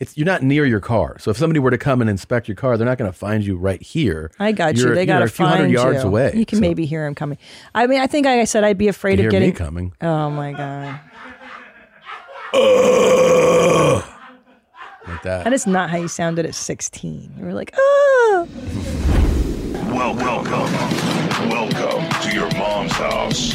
it's you're not near your car. So if somebody were to come and inspect your car, they're not going to find you right here. I got you You're- They you're got to a few hundred find yards you. away. You can So maybe hear him coming. I mean, I think like I said I'd be afraid you of hear getting. me coming. Oh my god, like that. that is not how you sounded at 16. You were like, oh. Welcome, welcome, welcome to your mom's house.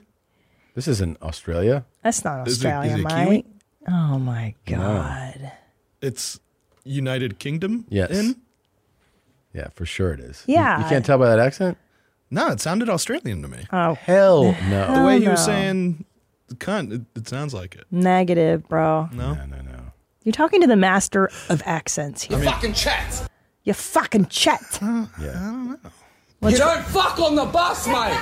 This is in Australia. That's not Is it- is Australia, it Mike. Kiwi? Oh my god. It's United Kingdom? Yes. In? Yeah, for sure it is. You- You, Yeah. can't tell by that accent? No, it sounded Australian to me. Oh, Hell the no. way hell he was no. saying cunt, it, it sounds like it. negative, bro. No? No, no, no. You're talking to the master of accents here. fucking chat. you fucking chet. Yeah. You don't fuck on the bus, mate.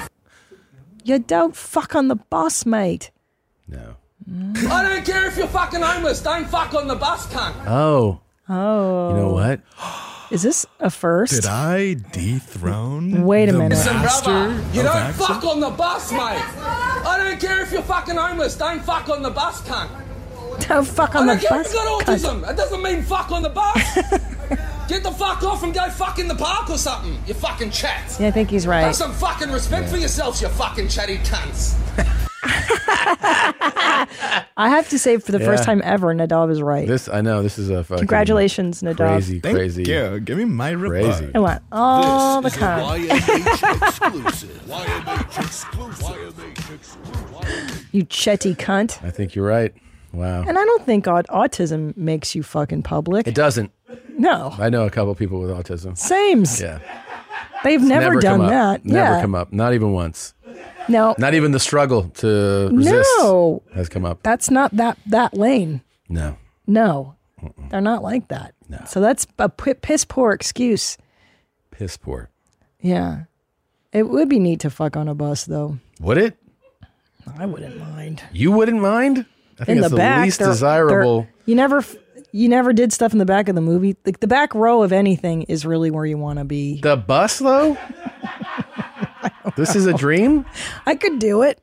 You don't fuck on the boss, mate. No. I don't care if you're fucking homeless. Don't fuck on the bus, cunt. Oh. Oh. You know what? Is this a first? Did I dethrone? Wait a the minute. Listen, brother, master you of don't accent? fuck on the bus, mate. I don't care if you're fucking homeless. Don't fuck on the bus, cunt. Don't fuck I on the don't care if bus. you got cunt. autism. It doesn't mean fuck on the bus. Get the fuck off and go fuck in the park or something. You fucking chat. Yeah, I think he's Have right. some fucking respect for yourselves, you fucking chatty cunts. I have to say, for the Yeah. first time ever, Nadav is right. This I know this is a fucking Congratulations, Nadav. Crazy, Thank crazy. you. Give me my reply. Crazy. I want all the cunt. YMH exclusive. YMH exclusive. YMH exclusive. You chetty cunt. I think you're right. Wow. And I don't think aut- autism makes you fucking public. It doesn't. no. I know a couple people with autism. Sames. Yeah. They've never, come done up. that. Never yeah. come up. Not even once. No. Not even the struggle to resist No. has come up. That's not that that lane. No. No. They're not like that. So that's a p- piss poor excuse. Piss poor. Yeah. It would be neat to fuck on a bus though. Would it? I wouldn't mind. You wouldn't mind? I think in it's the, the, back, least they're- they're- desirable. you never, f- you never did stuff in the back of the movie. Like the back row of anything is really where you want to be. The bus though? this is a dream? I could do it.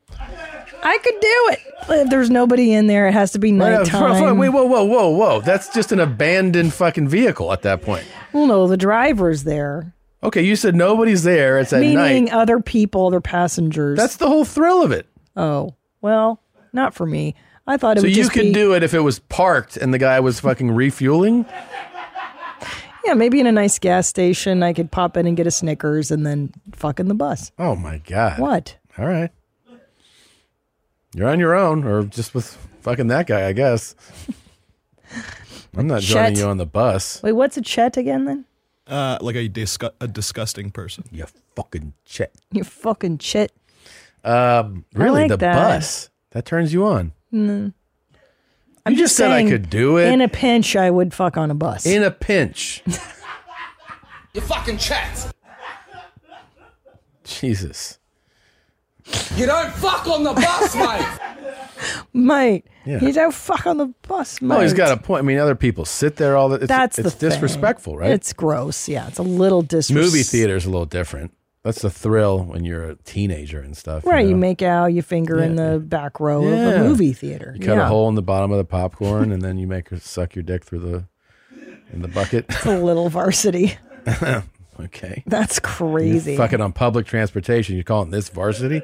I could do it. If there's nobody in there, it has to be Wait, whoa, nighttime. whoa, whoa, whoa, whoa, whoa. That's just an abandoned fucking vehicle at that point. Well, no, the driver's there, Okay, you said nobody's there. It's at meaning night. other people, other passengers. That's the whole thrill of it. oh well, not for me. I thought it So would you just could be do it if it was parked and the guy was fucking refueling. yeah, maybe in a nice gas station. I could pop in and get a Snickers and then fuck in the bus. Oh my god! What? All right, you're on your own, or just with fucking that guy, I guess. I'm not joining Shut. you on the bus. Wait, what's a chet again? Then Uh, like a, disgu- a disgusting person. You fucking shit. you fucking chet. Um, really, like the that. Mm. bus that turns you on. You just, said I saying, could do it In a pinch, I would fuck on a bus. in a pinch. You fucking chat. Jesus. You don't fuck on the bus, mate. mate, Yeah. you don't fuck on the bus, mate. Oh, he's got a point. I mean, other people sit there all the. It's, That's it's the thing. disrespectful, right? It's gross. Yeah, it's a little disrespectful. Movie theater's a little different. That's the thrill when you're a teenager and stuff. Right, you know? make out, you finger in the back row of Yeah. a movie theater. You cut yeah. a hole in the bottom of the popcorn, and then you make her suck your dick through the in the bucket. It's a little varsity. okay. That's crazy. Fuck it on public transportation. You're calling this varsity?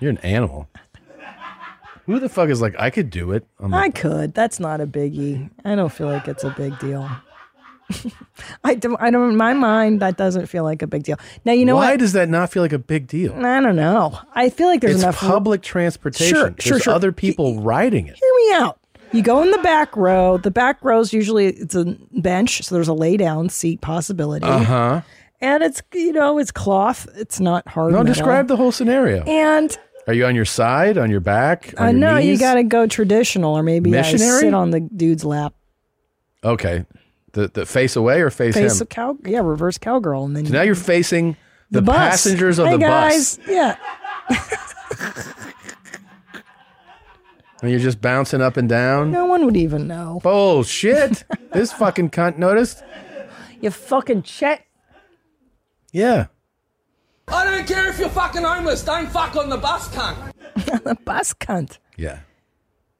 you're an animal. Who the fuck is like I could do it? I'm I like, could. That's not a biggie. I don't feel like it's a big deal. I don't. I don't. In my mind, that doesn't feel like a big deal. Now you know why what? does that not feel like a big deal? I don't know. I feel like there's It's enough. public transportation. Sure, sure, There's sure. other people riding it. hear me out. You go in the back row. The back row's usually it's a bench, so there's a lay down seat possibility. Uh huh. And it's you know it's cloth. It's not hard. Uh-huh. No, metal. describe the whole scenario. And Are you on your side, on your back? On I your know you knees? got to go traditional, or maybe I Missionary? sit on the dude's lap. Okay. The the face away or face, Face him? of cow, yeah, reverse cowgirl, and then now you're facing the, bus. passengers of hey the guys. bus, Yeah, and you're just bouncing up and down. no one would even know. Bullshit! this fucking cunt noticed. You fucking Chet. Yeah. I don't care if you're fucking homeless. Don't fuck on the bus, cunt. the bus cunt. Yeah.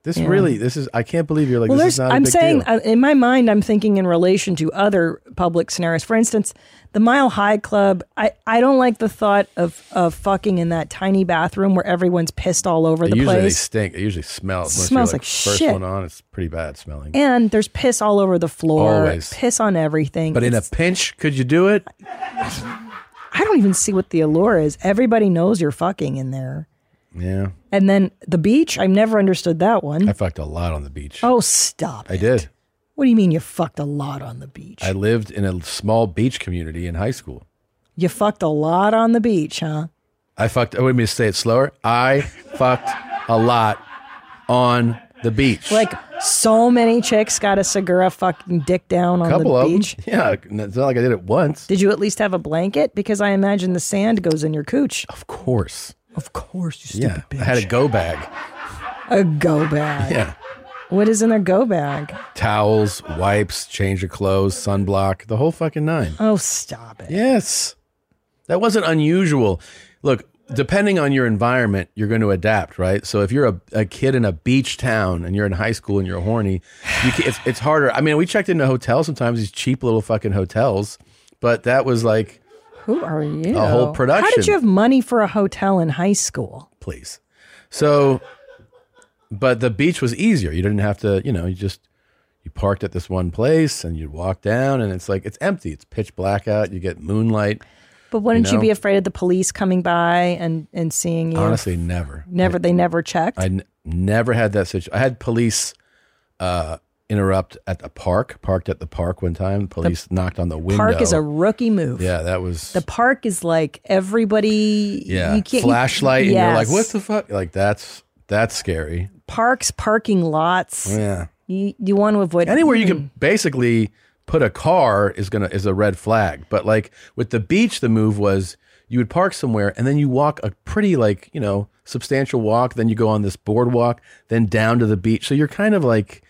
This really, this is. I can't believe you're like. Well, this is there's. not a I'm big saying deal. uh, in my mind, I'm thinking in relation to other public scenarios. For instance, the Mile High Club. I, I don't like the thought of of fucking in that tiny bathroom where everyone's pissed all over the usually they place. stink. It usually smells. Unless Smells you're like first shit. one on. It's pretty bad smelling. and there's piss all over the floor. Always. Piss on everything. but in a It's- pinch, could you do it? I don't even see what the allure is. Everybody knows you're fucking in there. Yeah, And then the beach. I've never understood that one. I fucked a lot on the beach. oh, stop. I it. did. What do you mean you fucked a lot on the beach? I lived in a small beach community in high school. you fucked a lot on the beach, huh? I fucked. oh, I want me to say it slower. I fucked a lot on the beach. Like so many chicks got a Segura fucking dick down on a couple the of beach. them. Yeah, it's not like I did it once. Did you at least have a blanket? Because I imagine the sand goes in your cooch. Of course. Of course, you Yeah, I had a go bag. a go bag. Yeah. What is in their go bag? towels, wipes, change of clothes, sunblock, the whole fucking nine. Oh, stop it. Yes. That wasn't unusual. Look, depending on your environment, you're going to adapt, right? So if you're a, a kid in a beach town and you're in high school and you're horny, you can, it's, it's harder. I mean, we checked into hotels sometimes, these cheap little fucking hotels, but that was like, Who are you? A whole How production. did you have money for a hotel in high school? please. So, but the beach was easier. You didn't have to, you know, you just you parked at this one place and you'd walk down, and it's like it's empty. It's pitch black out. You get moonlight. But wouldn't you, know? be afraid of the police coming by and, and seeing you? Honestly, never, Never, they never checked. I n- never had that situation. I had police uh, interrupt at the park. Parked at the park one time. Police knocked on the window. Park is a rookie move. yeah, that was The park is like everybody. yeah you can't, you- flashlight, and you're like, Yes. what the fuck? Like that's that's scary. parks, parking lots. Yeah. You, you want to avoid anywhere you Hmm. can basically put a car is gonna is a red flag. But like with the beach, the move was you would park somewhere and then you walk a pretty like you know substantial walk. Then you go on this boardwalk, then down to the beach. So you're kind of like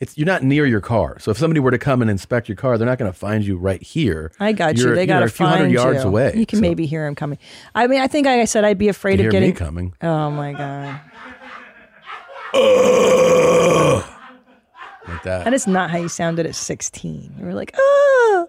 it's you're not near your car. So if somebody were to come and inspect your car, they're not gonna find you right here. I got you You're, They know, got to a few hundred find yards you. away. You can So maybe hear him coming. I mean, I think I said I'd be afraid you of hear getting. me coming. Oh my god, Like that. that is not how you sounded at sixteen. You were like, oh.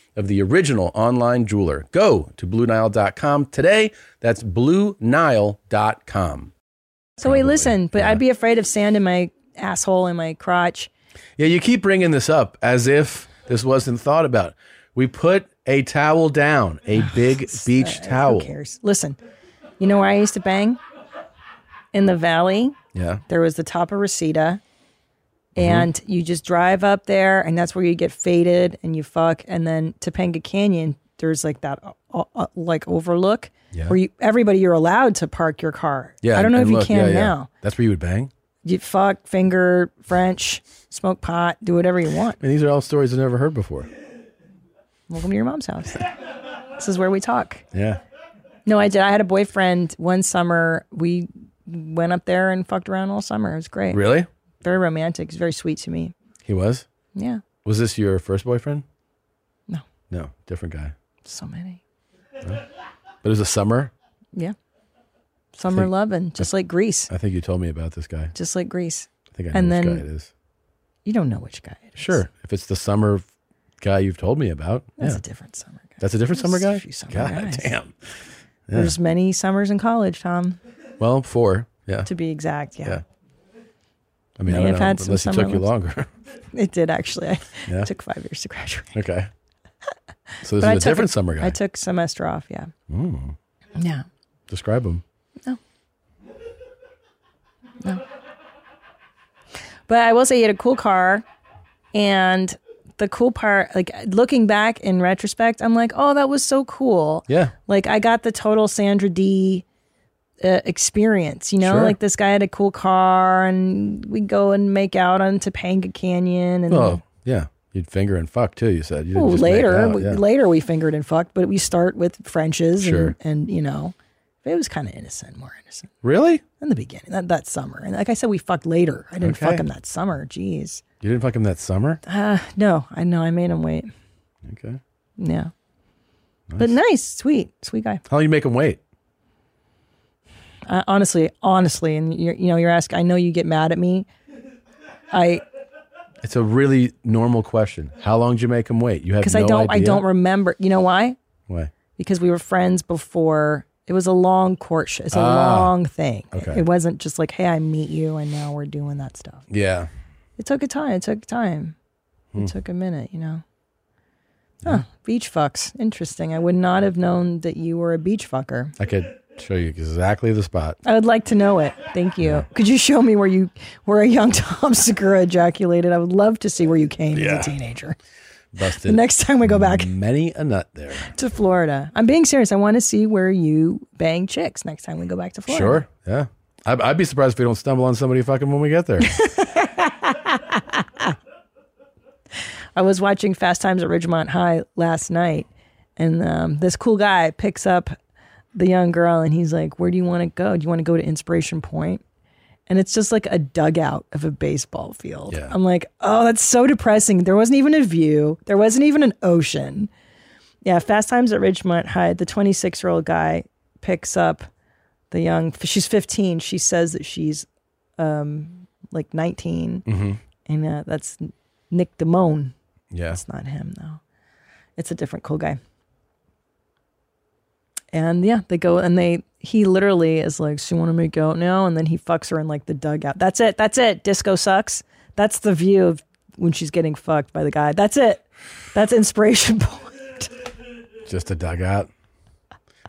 of the original online jeweler. Go to BlueNile.com today. That's BlueNile.com. So wait, listen, but I'd be afraid of sand in my asshole and my crotch. Yeah, you keep bringing this up as if this wasn't thought about. We put a towel down, a big beach towel. Oh, Who cares? Listen, you know where I used to bang? In the valley, Yeah. there was the top of Reseda, Mm-hmm. and you just drive up there, and that's where you get faded and you fuck, and then Topanga Canyon. There's like that, uh, uh, like overlook Yeah. where you, everybody you're allowed to park your car. Yeah. I don't know and if you look, can yeah, yeah. now. That's where you would bang. You fuck, finger, French, smoke pot, do whatever you want. I mean, these are all stories I've never heard before. Welcome to your mom's house. this is where we talk. Yeah. No, I did. I had a boyfriend one summer. We went up there and fucked around all summer. It was great. Really? Very romantic. He's very sweet to me. He was? Yeah. Was this your first boyfriend? No. No, different guy. So many. But it was a summer. Yeah. Summer loving, just like Greece. I think you told me about this guy. Just like Greece. I think I know And which then- guy it is. You don't know which guy it is. Sure. If it's the summer guy you've told me about. That's yeah. a different summer guy. That's a different summer There's guy? a few summer God guys. damn. There's many summers in college, Tom, Well, four. Yeah. to be exact. Yeah. Yeah. I mean, May I don't have know, had some unless it took summer you loves. longer. It did actually. I Yeah. took five years to graduate. okay. So this But I is took a different a- summer guy. I took semester off. Yeah. Yeah. Describe him. But I will say he had a cool car. And the cool part, like looking back in retrospect, I'm like, oh, that was so cool. Yeah. Like I got the total Sandra D uh, experience, you know, Sure. like this guy had a cool car and we go and make out on Topanga Canyon and Oh, yeah. You'd finger and fuck too. You said. You didn't Ooh, just make later, out, we, yeah. later we fingered and fucked, but we start with Frenches Sure. and, and, you know, it was kind of innocent, more innocent Really? in the beginning that, that summer. And like I said, we fucked later. I didn't Okay. fuck him that summer. Jeez. You didn't fuck him that summer? No, I know. I made him wait. Okay. Yeah. But nice, sweet, sweet guy. How long you make him wait? I, honestly, honestly, and you're, you know, you're asking. I know you get mad at me. I It's a really normal question. How long did you make him wait? You have because no I don't I idea? don't remember. You know why? Why? Because we were friends before. It was a long courtship. It's a long thing. Ah. okay. It wasn't just like, hey, I meet you, and now we're doing that stuff. Yeah. It took a time. It took time. Hmm. It took a minute. You know. Huh, beach fucks. Interesting. I would not have known that you were a beach fucker. I could show you exactly the spot. I would like to know it. Thank you. Could you show me where you where a young Tom Segura ejaculated? I would love to see where you came Yeah. Mm-hmm. as a teenager. Busted. The next time we go back Many a nut there. to Florida, I'm being serious. I want to see where you bang chicks next time we go back to Florida. Sure. Yeah. I'd, I'd be surprised if we don't stumble on somebody fucking when we get there. I was watching Fast Times at Ridgemont High last night, and um, this cool guy picks up the young girl, and he's like, "Where do you want to go? Do you want to go to Inspiration Point?" And it's just like a dugout of a baseball field. Yeah. I'm like, "Oh, that's so depressing." There wasn't even a view. There wasn't even an ocean. Yeah, Fast Times at Ridgemont High. The 26 year old guy picks up the young. She's 15. She says that she's um, like 19, and uh, that's Nick Damone. yeah. It's not him though. It's a different cool guy. And yeah, they go and they he literally is like, "So you want to make out now?" And then he fucks her in like the dugout. That's it. That's it. Disco sucks. That's the view of when she's getting fucked by the guy. That's it. That's inspiration point. Just a dugout.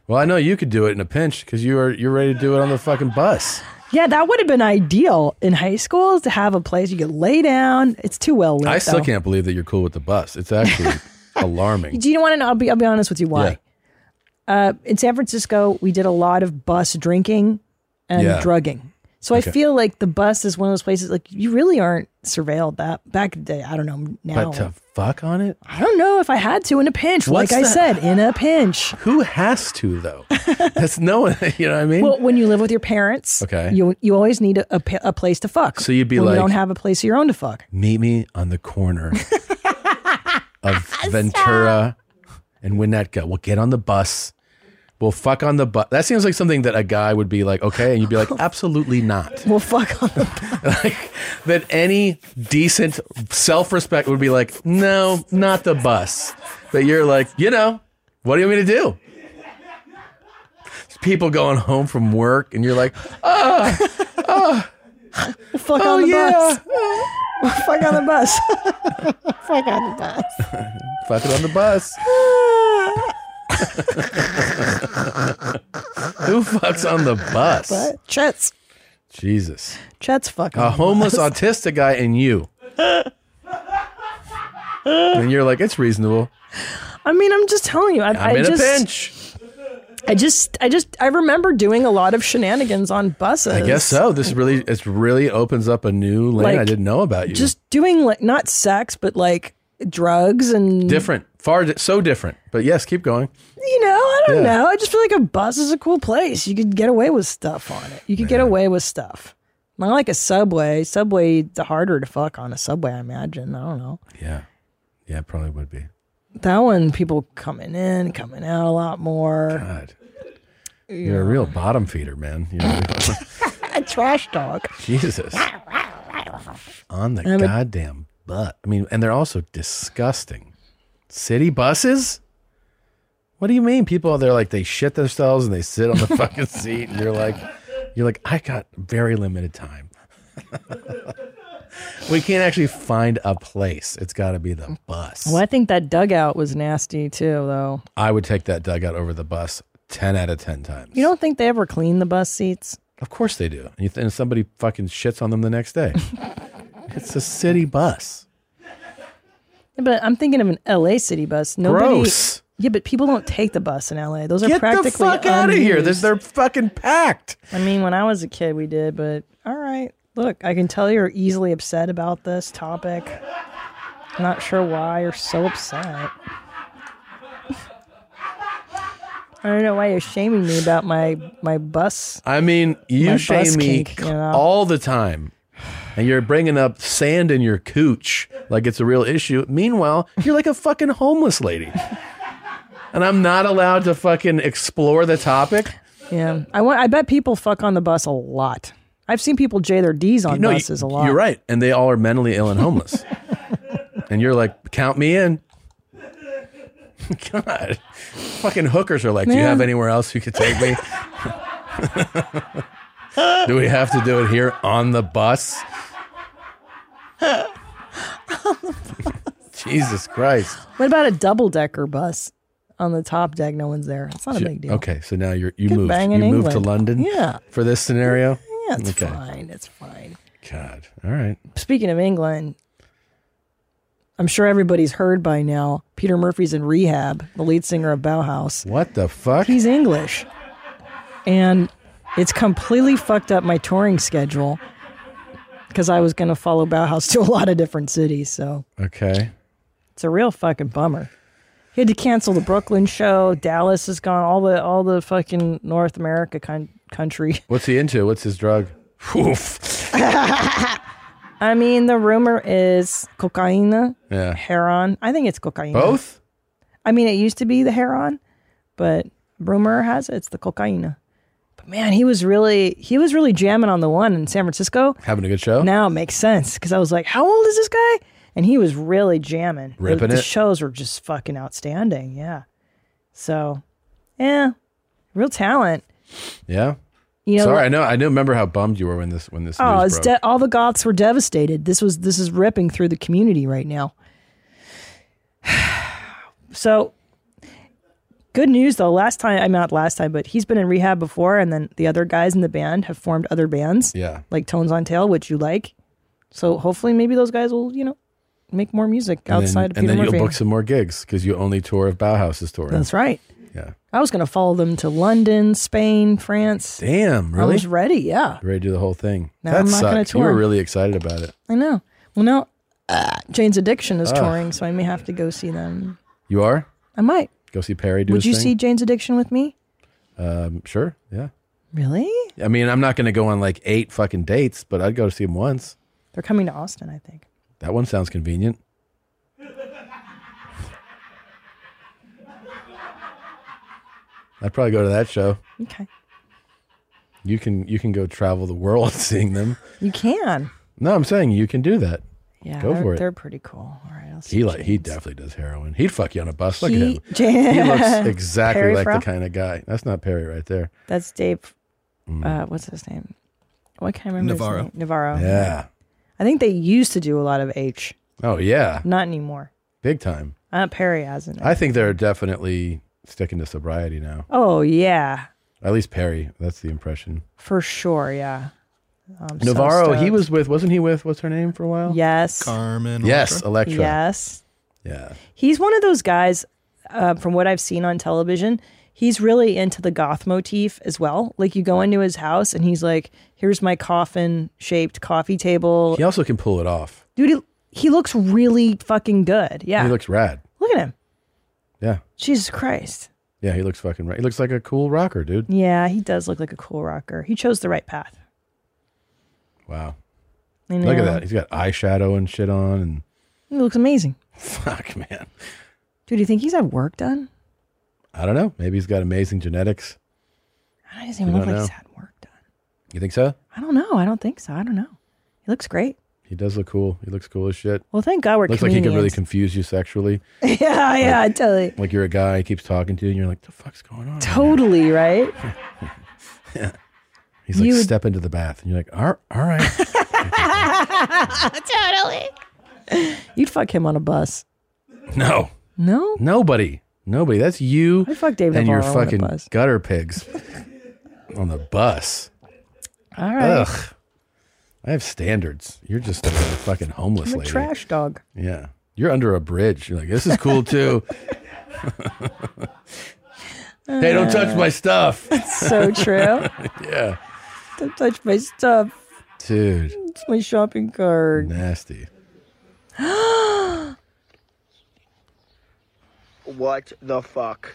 Well, I know you could do it in a pinch because you are you're ready to do it on the fucking bus. yeah, that would have been ideal in high school is to have a place you could lay down. It's too well lit. I still though. can't believe that you're cool with the bus. It's actually alarming. Do you want to know? I'll be, I'll be honest with you why. Yeah. Uh, in San Francisco, we did a lot of bus drinking and Yeah. drugging. So Okay. I feel like the bus is one of those places like you really aren't surveilled that back in the day. I don't know now. But to fuck on it? I don't know if I had to in a pinch. What's like I the- said, in a pinch. Who has to though? That's no one. You know what I mean? Well, when you live with your parents, Okay. you you always need a, a, pa- a place to fuck. So you'd be when like- you don't have a place of your own to fuck. Meet me on the corner of Ventura and Winnetka. We'll get on the bus. We'll fuck on the bus. That seems like something that a guy would be like, okay, and you'd be like, absolutely not. Well, fuck. on the- like that any decent self-respect would be like, no, not the bus. But you're like, you know, what do you want me to do? People going home from work, and you're like, fuck oh on the yeah, bus. fuck on the bus. fuck on the bus. fuck it on the bus. Who fucks on the bus? But Chet's Jesus, Chet's fucking. a homeless autistic guy, and you. and you're like, it's reasonable. I mean, I'm just telling you. I, I'm I in just, a pinch. I just, I just, I remember doing a lot of shenanigans on buses. I guess so. This really, it's really opens up a new lane I Like, didn't know about you. Just doing like not sex, but like drugs and different, far di- so different. But yes, keep going. you know, I don't Yeah. know. I just feel like a bus is a cool place. You could get away with stuff on it. You could get away with stuff. Not like a subway. Subway, the harder to fuck on a subway, I imagine. I don't know. Yeah, yeah, it probably would be. That one, people coming in, coming out a lot more. God, you're a real bottom feeder, man. You're a real- A trash dog. Jesus, on the but- goddamn butt. I mean, and they're also disgusting. City buses. What do you mean? People out there like they shit themselves and they sit on the fucking seat, and you're like, you're like, I got very limited time. we can't actually find a place. It's got to be the bus. Well, I think that dugout was nasty too, though. I would take that dugout over the bus ten out of ten times. You don't think they ever clean the bus seats? of course they do. And, you th- and somebody fucking shits on them the next day. it's a city bus. Yeah, But I'm thinking of an LA city bus. Nobody, Gross. Yeah, but people don't take the bus in LA. Those are Get practically the fuck out of here. They're, unused. they're fucking packed. I mean, when I was a kid, we did, but all right. Look, I can tell you're easily upset about this topic. Not sure why you're so upset. I don't know why you're shaming me about my my bus. I mean, you My shame bus me kink, you know? all the time. And you're bringing up sand in your cooch like it's a real issue. Meanwhile, you're like a fucking homeless lady. and I'm not allowed to fucking explore the topic. Yeah, I want. I bet people fuck on the bus a lot. I've seen people J their D's on you- buses a lot. You're right, and they all are mentally ill and homeless. and you're like, count me in. God, fucking hookers are like, do you Yeah. have anywhere else you could take me? do we have to do it here on the bus? Jesus Christ. What about a double decker bus on the top deck? No one's there. It's not a big deal. Okay, so now you're you Good moved. bang You in moved to England. London Yeah. for this scenario? Yeah, it's Okay. fine. It's fine. God. All right. Speaking of England, I'm sure everybody's heard by now. Peter Murphy's in rehab, the lead singer of Bauhaus. What the fuck? He's English. And it's completely fucked up my touring schedule because I was going to follow Bauhaus to a lot of different cities. So Okay. it's a real fucking bummer. He had to cancel the Brooklyn show. Dallas is gone. All the all the fucking North America con- country. What's he into? What's his drug? Oof. I mean, the rumor is cocaine, Yeah. heroin. I think it's cocaine. Both? I mean, it used to be the heroin, but rumor has it it's the cocaine. But man, he was really he was really jamming on the one in San Francisco. Having a good show? Now it makes sense because I was like, how old is this guy? And he was really jamming. The- Ripping the, it? shows were just fucking outstanding. Yeah. So, yeah, real talent. Yeah. You know, Sorry, like- I know. I do remember how bummed you were when this when this Oh, news it's broke. de- all the Goths were devastated. This was this is ripping through the community right now. so good news though. Last time, I'm not last time, but he's been in rehab before, and then the other guys in the band have formed other bands, yeah. like Tones on Tail, which you like. So hopefully, maybe those guys will, you know, make more music And then- outside and of Peter then you'll Murphy. book some more gigs because you only tour if Bauhaus is touring. That's right. Yeah. I was going to follow them to London, Spain, France. Damn, I really? was ready. Yeah, Ready to do the whole thing. No, that I'm not gonna sucked. You were tour. really excited about it. I know. Well, now uh, Jane's Addiction Ah. is touring, so I may have to go see them. You are? I might. Go see Perry do Would his you see thing? Jane's Addiction with me? Um, sure. Yeah. Really? I mean, I'm not going to go on like eight fucking dates, but I'd go to see him once. They're coming to Austin, I think. That one sounds convenient. I'd probably go to that show. Okay. You can you can go travel the world seeing them. You can. No, I'm saying you can do that. Yeah, Go they're, for it. they're pretty cool. All right, I'll see He like he Jane's. definitely does heroin. He'd fuck you on a bus. Look He- at him. Jan- He looks exactly Perry like Farrell? the kind of guy. That's not Perry right there. That's Dave. Mm. Uh, what's his name? Why can't I remember Navarro. His name? Navarro. Yeah. I think they used to do a lot of H. Oh yeah. Not anymore. Big time. Uh, Perry hasn't. I think they're definitely sticking to sobriety now. oh yeah, At least Perry. That's the impression. for sure. Yeah. I'm so Navarro, he stoked. was with wasn't he with what's her name for a while? Yes. Carmen. Yes, Electra? Electra. Yes. Yeah. He's one of those guys. Uh, from what I've seen on television, he's really into the goth motif as well. Like you go into his house and he's like, "Here's my coffin-shaped coffee table." He also can pull it off. Dude, he, he looks really fucking good. Yeah. He looks rad. Look at him. Yeah. Jesus Christ. Yeah, he looks fucking rad. He looks like a cool rocker, dude. Yeah, he does look like a cool rocker. He chose the right path. Wow. You Look know? at that. He's got eyeshadow and shit on and He looks amazing. fuck, man. Dude, do you think he's had work done? I don't know. Maybe he's got amazing genetics. I doesn't even You look don't like he's know. had work done. You think so? I don't know. I don't think so. I don't know. He looks great. He does look cool. He looks cool as shit. Well, thank God we're Looks like he comedians. could really confuse you sexually. yeah, yeah, totally. Like you're a guy, he keeps talking to you, and you're like, the fuck's going on? Totally, right? He's like, you would- step into the bath. And you're like, all, all right. You'd fuck him on a bus. no, No? nobody. Nobody. That's you I'd fuck Dave and your Navarro on a fucking bus. gutter pigs on the bus. All right. Ugh. I have standards. You're just like a fucking homeless I'm a lady. trash dog. Yeah. You're under a bridge. You're like, this is cool too. hey, don't Uh. touch my stuff. So true. Yeah. Don't touch my stuff. Dude, It's my shopping cart. nasty. What the fuck?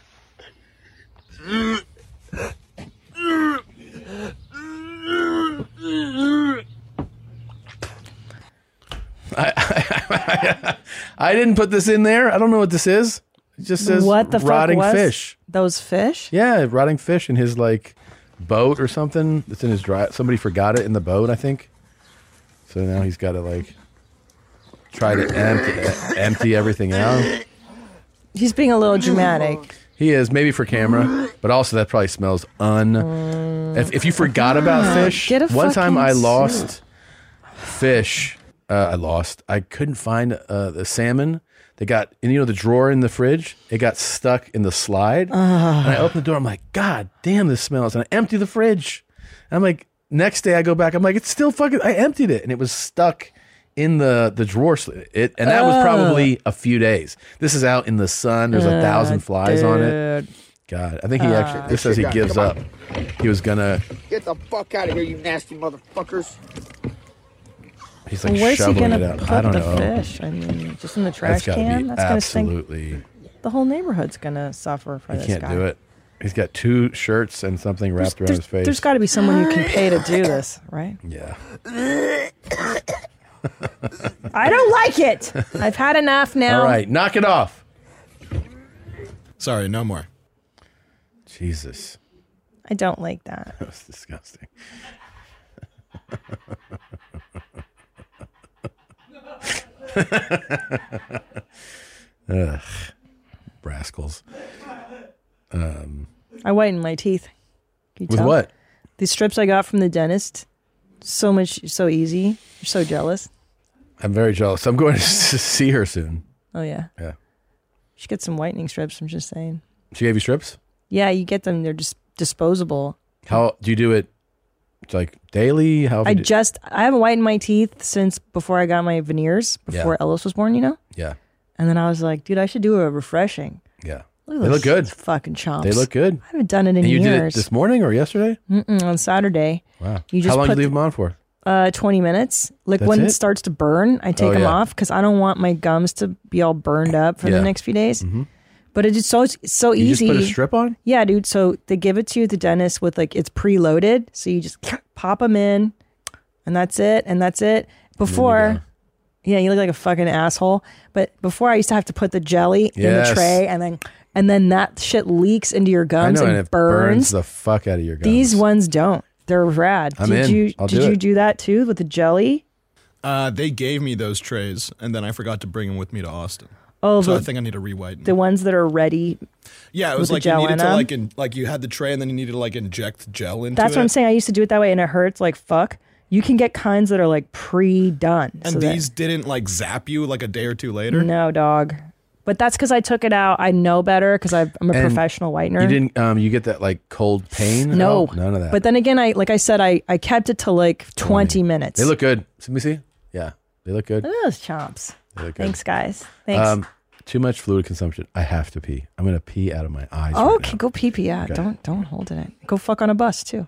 I didn't put this in there. I don't know what this is. It just says What the rotting fuck was fish. Those fish? Yeah, rotting fish in his like boat or something. It's in his dry. Somebody forgot it in the boat, I think. So now he's got to like try to empty, empty everything out. He's being a little dramatic. He is maybe for camera, but also that probably smells un. If, if you forgot about fish, Uh, get a one time fucking I lost fish. Uh, I lost. I couldn't find uh, the salmon. They got in you know the drawer in the fridge. It got stuck in the slide. And I opened the door. I'm like, God damn, this smells. And I empty the fridge. And I'm like, next day I go back. I'm like, it's still fucking. I emptied it and it was stuck in the the drawer. sli- It and that was probably a few days. This is out in the sun. There's a thousand flies on it. Dude. God, I think Uh, he actually. This says he gives up. He was gonna. Get the fuck out of here, you nasty motherfuckers. He's like Where's he shoveling gonna it out. put I don't the know. fish? I mean, just in the That's trash gotta can. be That's gonna stink. absolutely. The whole neighborhood's gonna suffer for He this can't guy. do it. He's got two shirts and something wrapped around There's, his face. there's got to be someone you can pay to do this, right? yeah. I don't like it. I've had enough now. All right, knock it off. Sorry, no more. Jesus, I don't like that. that was disgusting. Ugh, rascals. I whiten my teeth. Can you With tell? what? These strips I got from the dentist. So much, so easy. You're so jealous. I'm very jealous. I'm going to see her soon. Oh yeah. Yeah. Should get some whitening strips. I'm just saying. She gave you strips. Yeah, you get them. They're just disposable. How do you do it? It's like daily. How? have I you do- just I haven't whitened my teeth since before I got my veneers, before Yeah. Ellis was born, you know. yeah, And then I was like, dude, I should do a refreshing. yeah. Look at They those look good. Fucking chops. They look good. I haven't done it in And you did it years. this morning or yesterday? Mm, on Saturday. Wow. You just How long put you leave them on for? uh, 20 minutes. Like That's when it? it? starts to burn, I take Oh, them yeah. off because I don't want my gums to be all burned up for Yeah. Mm-hmm. the next few days. But it is so it's so You easy. just put a strip on? yeah, dude. So they give it to you at the dentist with like it's preloaded, so you just pop them in, and that's it, and that's it. Before. Yeah, you look like a fucking asshole. But before, I used to have to put the jelly in Yes. the tray, and then and then that shit leaks into your I gums know, and, and it burns the fuck out of your gums. these ones don't. They're rad. I'm did in. you I'll did do you it. do that too with the jelly? Uh, they gave me those trays, and then I forgot to bring them with me to Austin. Oh, So I the, think I need to rewhite the them. ones that are ready. Yeah, it was with like the you gel in needed to 'em? like in, like you had the tray, and then you needed to like inject gel into. That's what I'm it. saying. I used to do it that way, and it hurts like fuck. You can get kinds that are like pre-done. And so that- these didn't like zap you like a day or two later. no dog. But that's because I took it out. I know better because I'm a And professional whitener. You didn't. Um, you get that like cold pain? at no, all? none of that. But then again, I like I said, I I kept it to like 20 minutes. they look good. Let me see. Yeah, they look good. Look at those chomps. They look good. Thanks, guys. Thanks. Um, too much fluid consumption. I have to pee. I'm gonna pee out of my eyes. Oh, right okay, now. go pee pee. Yeah, don't don't hold it in. Go fuck on a bus too.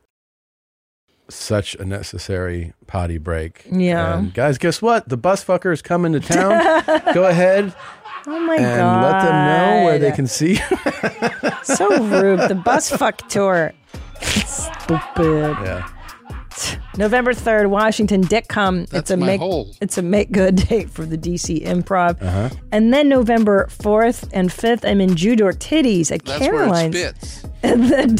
Such a necessary potty break. Yeah. And guys, guess what? The bus fucker is coming to town. Go ahead Oh my and god! let them know where they can see. you. So rude. The bus fuck tour. Stupid. yeah. November third, Washington. Dickcom. it's That's a my make. hole. Uh-huh. It's a make good date for the DC Improv. And then November fourth and fifth, I'm in Judor Titties at That's where it Caroline's. spits. And then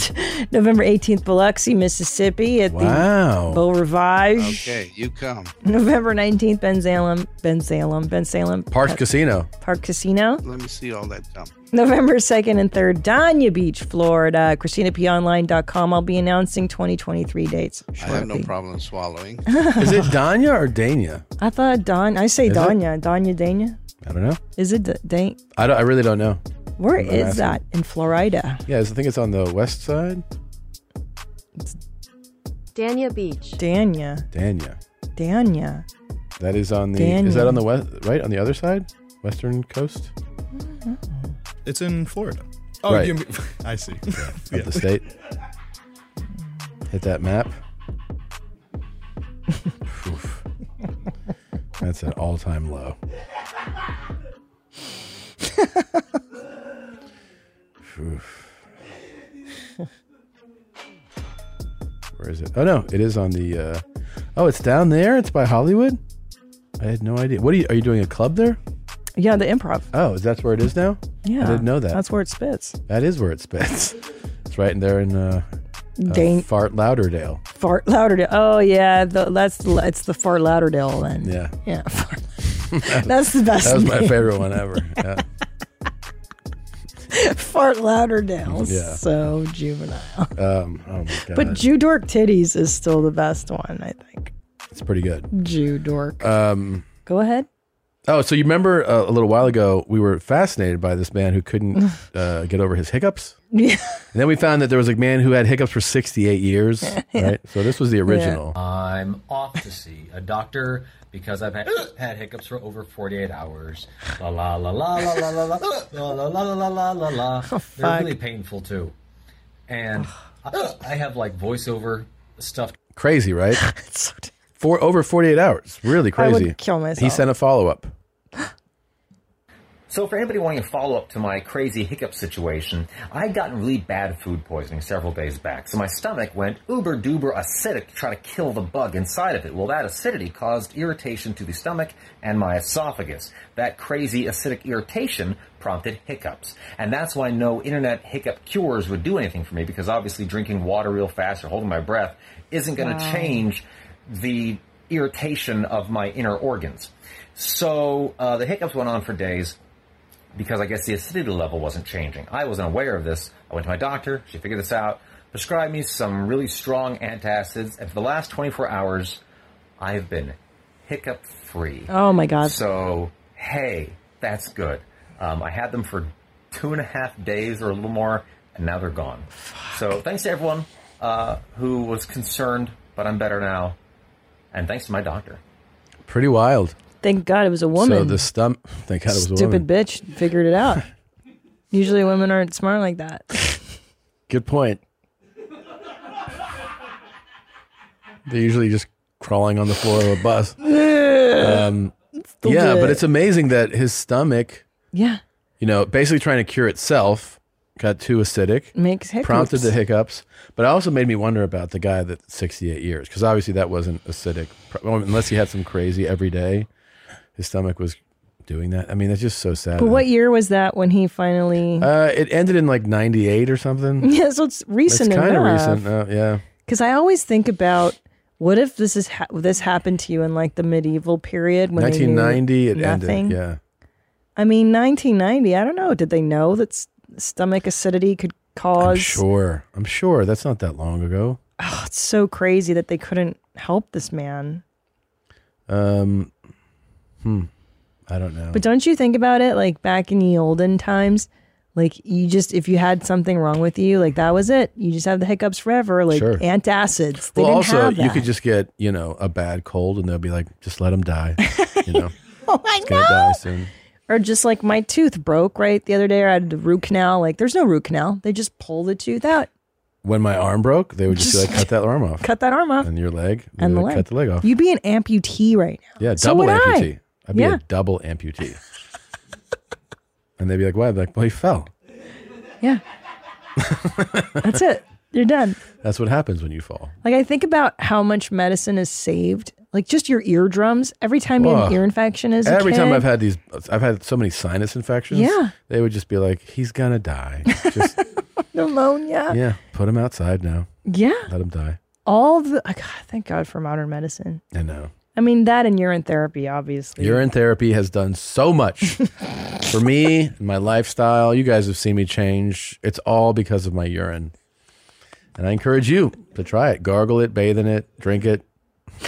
November eighteenth, Biloxi, Mississippi, at the Wow. Beau Rivage. Okay, you come. November nineteenth, Ben Salem, Ben Salem, Ben Salem Parks Casino. Park Casino. Let me see all that dump. November 2nd and 3rd, Dania Beach, Florida. ChristinaPOnline.com. I'll be announcing 2023 dates I shortly. have no problem swallowing. Is it Danya or Dania? I thought Don, I say it? Danya. Danya, Dania. I don't know. Is it D- Dan? I don't. I really don't know. Where is asking. that? In Florida. Yeah, I think it's on the west side. Dania Beach. Dania. Danya. Dania. That is on the. Dania. Is that on the west? Right on the other side, western coast It's in Florida. Oh, Right. you mean- I see. of Yeah. the state. Hit that map. Oof. That's an all-time low. Oof. Where is it? Oh no, it is on the. Uh, oh, it's down there. It's by Hollywood. I had no idea. What are you? Are you doing a club there? Yeah, the improv. Oh, is that where it is now? Yeah. I didn't know that. That's where it spits. That is where it spits. It's right in there in uh, uh, Dan- Fart Lauderdale. Fort Lauderdale. Oh, yeah. The, that's the, it's the Fort Lauderdale then. Yeah. Yeah. that's the best. That was my name. favorite one ever. Yeah. Fort Lauderdale. Yeah. So juvenile. Um, oh my god, But Jew Dork Titties is still the best one, I think. it's pretty good. Jew Dork. Um, Go ahead. oh, so you remember uh, a little while ago we were fascinated by this man who couldn't uh, get over his hiccups, Yeah. and then we found that there was a man who had hiccups for sixty-eight years. Right, so this was the original. Uh, I'm off to see a doctor because I've had, had hiccups for over 48 hours. La la la la la la la la la la la la la la la. They're really painful too. And I, I have like voiceover stuff Crazy, right? It's so t- For over forty-eight hours, really I would crazy. kill myself. He sent a follow-up. So for anybody wanting a follow-up to my crazy hiccup situation, I had gotten really bad food poisoning several days back. So my stomach went uber duber acidic to try to kill the bug inside of it. Well, that acidity caused irritation to the stomach and my esophagus. That crazy acidic irritation prompted hiccups. And that's why no internet hiccup cures would do anything for me because obviously drinking water real fast or holding my breath isn't going to Wow. change the irritation of my inner organs. So uh, the hiccups went on for days because I guess the acidity level wasn't changing. I wasn't aware of this. I went to my doctor. She figured this out, prescribed me some really strong antacids, and for the last 24 hours, I have been hiccup free. Oh, my God. So hey, that's good. Um, I had them for two and a half days or a little more, and now they're gone. So thanks to everyone uh, who was concerned, but I'm better now, and thanks to my doctor. Pretty wild. Thank God it was a woman. So the stump. Thank God it was a Stupid woman. bitch figured it out. Usually women aren't smart like that. Good point. They're usually just crawling on the floor of a bus. um, Stupid. yeah, but it's amazing that his stomach, Yeah. you know, basically trying to cure itself, got too acidic, Makes hiccups. prompted the hiccups. But it also made me wonder about the guy that's 68 years, because obviously that wasn't acidic, Pro- well, unless he had some crazy every day. His stomach was doing that. I mean, that's just so sad. But what year was that when he finally? Uh, it ended in like 98 or something. Yeah, so it's recent It's kind of enough. recent. Uh, yeah. Because I always think about what if this is ha- this happened to you in like the medieval period when they knew 1990 it nothing? ended yeah I mean, 1990. I don't know. Did they know that s- stomach acidity could cause? sure i'm sure that's not that long ago Oh, it's so crazy that they couldn't help this man. um hmm i don't know But don't you think about it? Like back in the olden times, like you just if you had something wrong with you, like that was it. You just have the hiccups forever. Like Sure. antacids. They well didn't also have that. you could just get you know a bad cold and they'll be like just let him die you know oh, I he's gonna die soon Or just like my tooth broke right the other day, or I had the root canal. Like there's no root canal. They just pull the tooth out, when my arm broke they would just, be like cut that arm off cut that arm off, and your leg They'd and be the leg. like, cut the leg off You'd be an amputee right now. yeah So double would I. amputee would be Yeah. a double amputee and they'd be like why I'd be like well he fell Yeah. That's it. You're done. that's what happens when you fall Like I think about how much medicine is saved. Like just your eardrums. Every time you have Ugh. an ear infection as a Every time kid. I've had these, I've had so many sinus infections. Yeah. They would just be like, he's going to die. Just, pneumonia. yeah, put him outside now. Yeah. Let him die. All the oh, God, thank God for modern medicine. I know. I mean that and urine therapy, obviously. Urine therapy has done so much for me, and my lifestyle. You guys have seen me change. It's all because of my urine. And I encourage you to try it. Gargle it, bathe in it, drink it,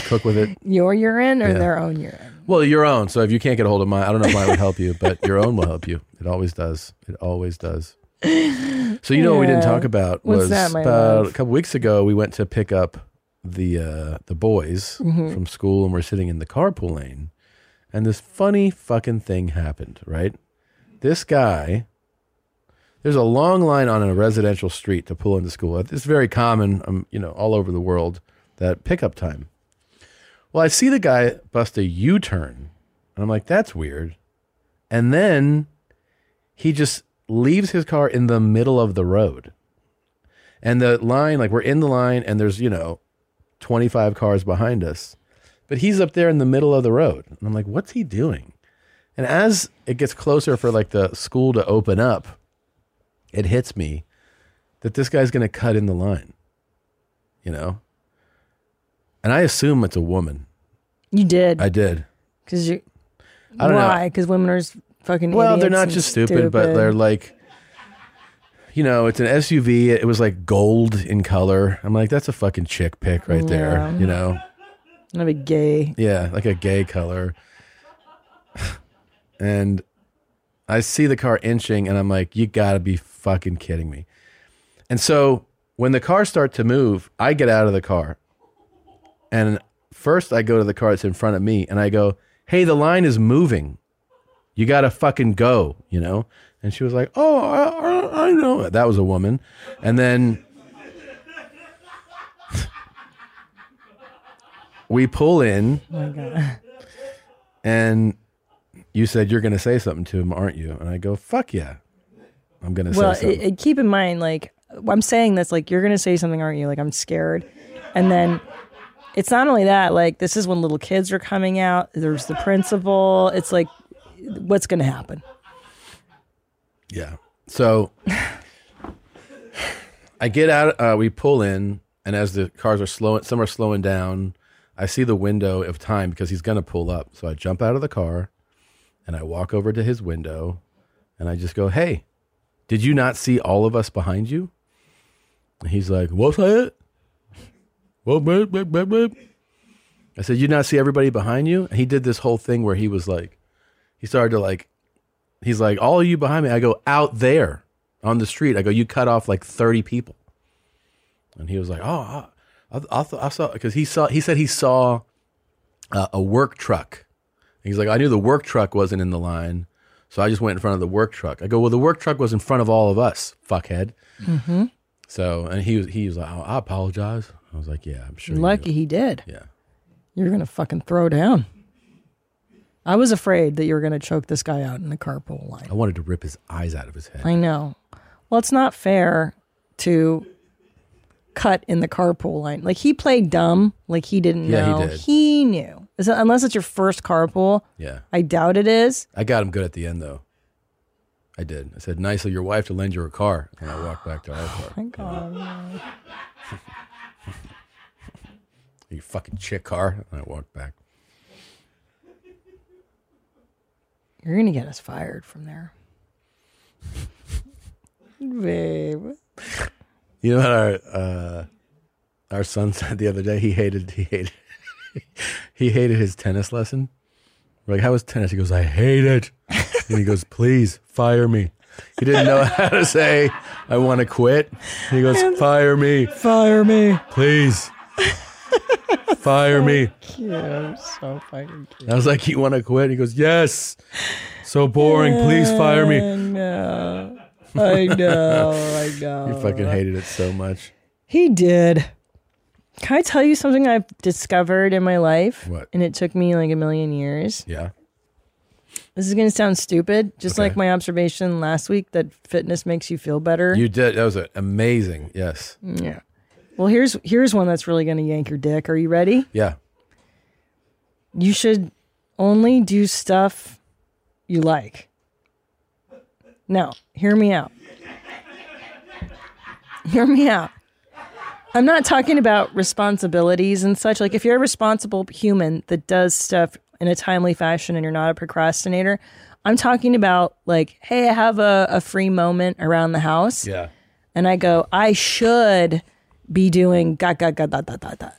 cook with it. Your urine or Yeah. their own urine. Well, your own. So if you can't get a hold of mine, I don't know if mine would help you, but your own will help you. It always does. It always does. So you know what we didn't Yeah. talk about What's was that, my about love? a couple weeks ago we went to pick up the uh, the boys Mhm. from school and we're sitting in the carpool lane, and this funny fucking thing happened. Right, this guy. There's a long line on a residential street to pull into school. It's very common, um, you know, all over the world that pickup time. Well, I see the guy bust a U turn, and I'm like, that's weird. And then he just leaves his car in the middle of the road. And the line, like we're in the line, and there's, you know, 25 cars behind us. But he's up there in the middle of the road. And I'm like, what's he doing? And as it gets closer for like the school to open up, it hits me that this guy's going to cut in the line, you know? And I assume it's a woman. You did. I did. Because you I don't know. why? Because women are s- fucking Well, they're idiots not and just stupid, but they're like, you know, it's an SUV. It was like gold in color. I'm like, that's a fucking chick pick right there. Yeah. You know, I'm gonna be gay. yeah, like a gay color. and I see the car inching, and I'm like, you gotta be fucking kidding me. And so when the cars start to move, I get out of the car, and first I go to the car that's in front of me, and I go, hey, the line is moving. You gotta fucking go, you know. And she was like, oh, I, I, I know. That was a woman, and then. We pull in Oh my god. and you said you're going to say something to him, aren't you? And I go, fuck yeah. I'm going to Well, say something. i- i- keep in mind, like I'm saying this, like you're gonna say something, aren't you? Like I'm scared, and then it's not only that. Like this is when little kids are coming out. There's the principal. It's like, what's gonna happen? Yeah. So I get out. Uh, we pull in, and as the cars are slowing, some are slowing down. I see the window of time because he's going to pull up. So I jump out of the car, and I walk over to his window, and I just go, "Hey, did you not see all of us behind you?" And he's like, "What's that?" Well, babe, babe, babe, babe. I said, "You not see everybody behind you?" And he did this whole thing where he was like, he started to like He's like, all of you behind me. I go, out there on the street. I go, you cut off like 30 people. And he was like, oh, I, I, I, thought, I saw, because he saw, he said he saw uh, a work truck. And he's like, I knew the work truck wasn't in the line. So I just went in front of the work truck. I go, well, the work truck was in front of all of us, fuckhead. Mm-hmm. So, and he was, he was like, oh, I apologize. I was like, yeah, I'm sure. Lucky he did. Yeah. You're gonna fucking throw down. I was afraid that you were gonna choke this guy out in the carpool line. I wanted to rip his eyes out of his head. I know. Well, it's not fair to cut in the carpool line. Like he played dumb. Like he didn't Yeah, he know. did. He knew. Is it- unless it's your first carpool. Yeah. I doubt it is. I got him good at the end though. I did. I said, "Nice of your wife to lend you her car." And I walked back to our car. Thank God. no. You fucking chick car. And I walked back. You're gonna get us fired from there, babe. You know what our uh, our son said the other day? He hated he hated he hated his tennis lesson. We're like, how was tennis? He goes, I hate it. and he goes, please fire me. He didn't know how to say, I want to quit. He goes, fire me. Fire me. Please. fire me. Cute. I'm so fucking cute. I was like, "You want to quit?" He goes, "Yes." So boring. Please fire me. I know. I know. I know. You fucking hated it so much. He did. Can I tell you something I've discovered in my life? What? And it took me like a million years. Yeah. This is going to sound stupid, just Okay. like my observation last week that fitness makes you feel better. You did. That was a- amazing. Yes. yeah. Well, here's here's one that's really going to yank your dick. Are you ready? Yeah. You should only do stuff you like. Now, hear me out. Hear me out. I'm not talking about responsibilities and such. Like, if you're a responsible human that does stuff in a timely fashion and you're not a procrastinator, I'm talking about, like, hey, I have a, a free moment around the house. Yeah. And I go, I should be doing ga ga ga da da da da.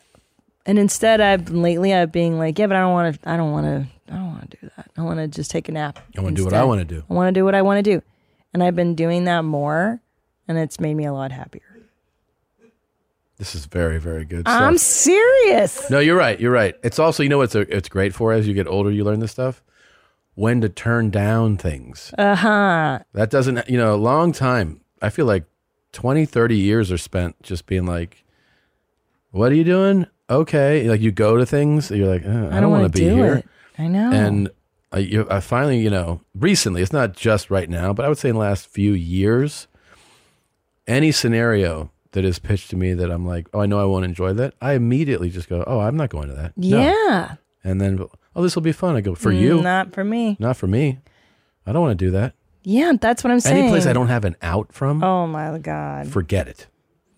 And instead, I've been lately I've being like, yeah, but I don't want to. I don't want to. I don't want to do that. I want to just take a nap. I wanna do what I instead. wanna do. I want to do what I want to do. And I've been doing that more, and it's made me a lot happier. This is very very good. Stuff. I'm serious. no, you're right. You're right. It's also you know what's a, it's great for as you get older you learn this stuff when to turn down things. Uh huh. That doesn't you know a long time. I feel like 20 30 years are spent just being like what are you doing? Okay. Like you go to things, you're like, "Uh, I, wanna don't want to be do here. it. I know. And I, you, I finally, you know, recently, it's not just right now, but I would say in the last few years, any scenario that is pitched to me that I'm like, oh, I know I won't enjoy that, I immediately just go, oh, I'm not going to that. No. yeah. And then, oh, this will be fun. I go, for Mm, you? not for me. Not for me. I don't want to do that. Yeah, that's what I'm saying. Any place I don't have an out from, Oh my god. forget it.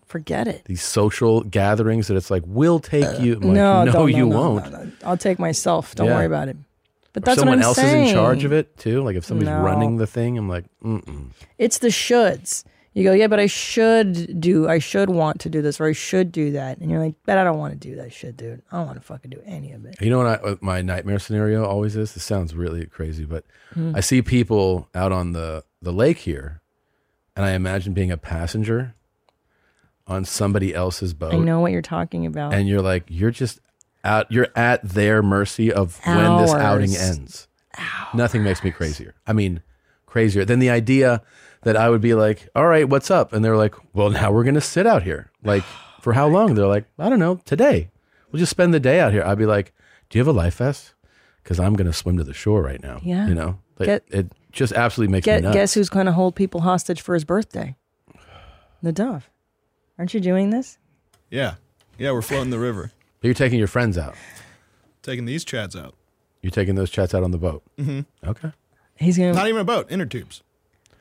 Forget it. These social gatherings that it's like, we'll take you. I'm like, no, no, don't- no, you no, no, won't. I'll take myself. Don't Yeah. worry about it. But If that's someone what I'm else saying. is in charge of it too. Like if somebody's No. running the thing, I'm like, mm-mm. It's the shoulds. You go, yeah, but I should do, I should want to do this or I should do that. And you're like, but I don't want to do that shit, dude. I don't want to fucking do any of it. You know what I, what my nightmare scenario always is? This sounds really crazy, but Hmm. I see people out on the, the lake here, and I imagine being a passenger on somebody else's boat. I know what you're talking about. And you're like, you're just out, you're at their mercy of when this outing Hours. ends. Nothing makes me crazier. I mean, crazier than the idea that I would be like, all right, what's up? And they're like, well, now we're going to sit out here. Like, for how long? They're like, I don't know, today. We'll just spend the day out here. I'd be like, do you have a life vest? because I'm going to swim to the shore right now. Yeah. You know, Like, Get- it just absolutely makes me Get, nuts. guess who's going to hold people hostage for his birthday? The dove. Aren't you doing this? Yeah. Yeah, we're floating the river. You're taking your friends out. Taking these chads out. You're taking those chats out on the boat. Mm-hmm. Okay. He's gonna e- not even a boat, inner tubes.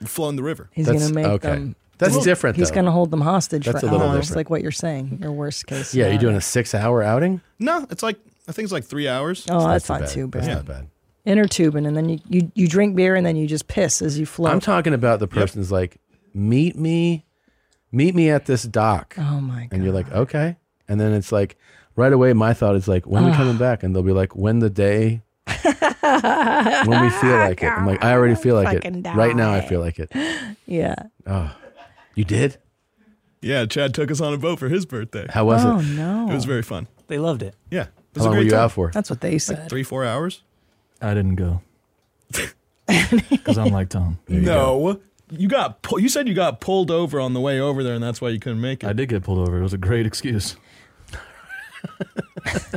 We're floating the river. He's going to make them. That's Well, different, He's though. going to hold them hostage That's for a little hours, different. like what you're saying. Your worst case. Yeah, you're scenario. doing a six hour outing? No, it's like I think it's like three hours. Oh, that's not too bad. That's not bad. Inner tubing, and then you, you you drink beer, and then you just piss as you float. I'm talking about the person's like, meet me, meet me at this dock. Oh my And you're like, okay. And then it's like, right away, my thought is like, when are we Ah. coming back? And they'll be like, when the day, when we feel like it. I'm like, I already feel like Fucking it. Right now, I feel like it. yeah. Oh, you did? Yeah, Chad took us on a boat for his birthday. How was it? Oh, no. It was very fun. They loved it. Yeah. It How was a long were great you time. out for? That's what they said. Like three, four hours? I didn't go. Because I'm like Tom. no. You got pu- you said you got pulled over on the way over there and that's why you couldn't make it. I did get pulled over. It was a great excuse.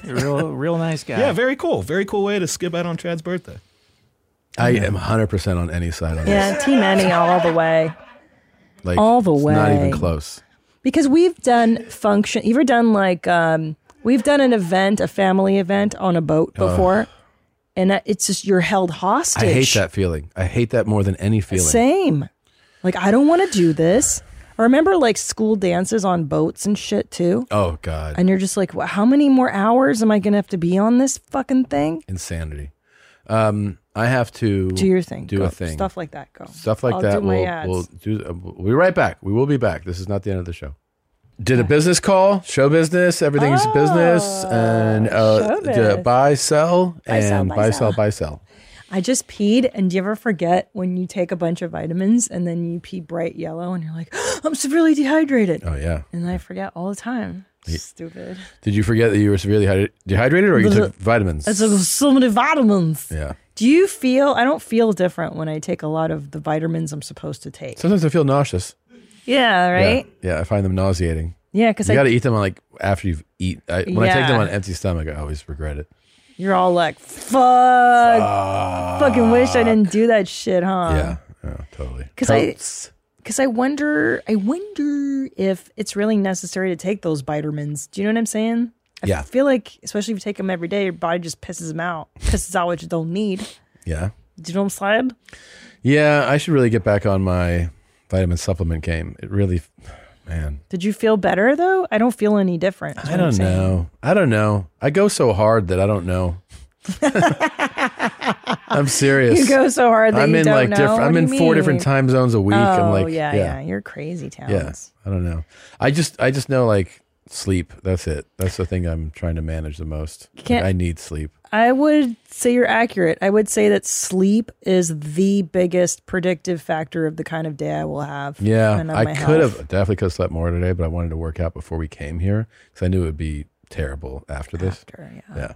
real real nice guy. Yeah, very cool. Very cool way to skip out on Chad's birthday. I am 100% on any side on this. Yeah, Team Annie all the way. Like, all the it's Not way. even close. Because we've done function. You ever done like um, we've done an event, a family event on a boat Ugh. before, and that, it's just you're held hostage. I hate that feeling. I hate that more than any feeling. Same. Like I don't want to do this. I remember like school dances on boats and shit too. Oh, God. And you're just like, "Wha- how many more hours am I gonna have to be on this fucking thing? Insanity. Um, I have to Do your thing. Do Go. a thing. Stuff like that. Go. Stuff like I'll that. do my we'll, ads. we'll do. uh, We'll be right back. We will be back. This is not the end of the show. Did a business call, show business, everything's business, and uh, did a showbiz. buy, sell, Oh, Buy, sell, and buy, buy, sell. sell, buy, sell. I just peed, and do you ever forget when you take a bunch of vitamins and then you pee bright yellow and you're like, I'm severely dehydrated. Oh yeah. And I forget all the time. Ye- Stupid. Did you forget that you were severely hy- dehydrated, or you took vitamins? I took so many vitamins. yeah. Do you feel? I don't feel different when I take a lot of the vitamins I'm supposed to take. Sometimes I feel nauseous. Yeah, right. Yeah, yeah I find them nauseating. Yeah, 'cause you I- got to eat them on like after you've eat. I, when I take Yeah. them on an empty stomach, I always regret it. You're all like, "Fuck, fucking wish I didn't do that shit, huh?" yeah, yeah, Oh, totally. Uh-huh. Because I, because I wonder, I wonder if it's really necessary to take those vitamins. Do you know what I'm saying? I Yeah. feel like, especially if you take them every day, your body just pisses them out, pisses out what you don't need. Yeah. Do you know what I'm saying? Yeah, I should really get back on my vitamin supplement game. It really, man, Did you feel better though? I don't feel any different. is I what I'm don't saying. know. I don't know. I go so hard that I don't know. I'm serious. You go so hard that I'm you in don't like know. different. What I'm do in you four mean? different time zones a week. I'm Oh, like, yeah, yeah, You're crazy, town. yeah. I don't know. I just, I just know like sleep. That's it. That's the thing I'm trying to manage the most. Like, Can't- I need sleep. I would say you're accurate. I would say that sleep is the biggest predictive factor of the kind of day I will have. Yeah, and of I my could health. have definitely could have slept more today, but I wanted to work out before we came here because I knew it would be terrible after this. yeah.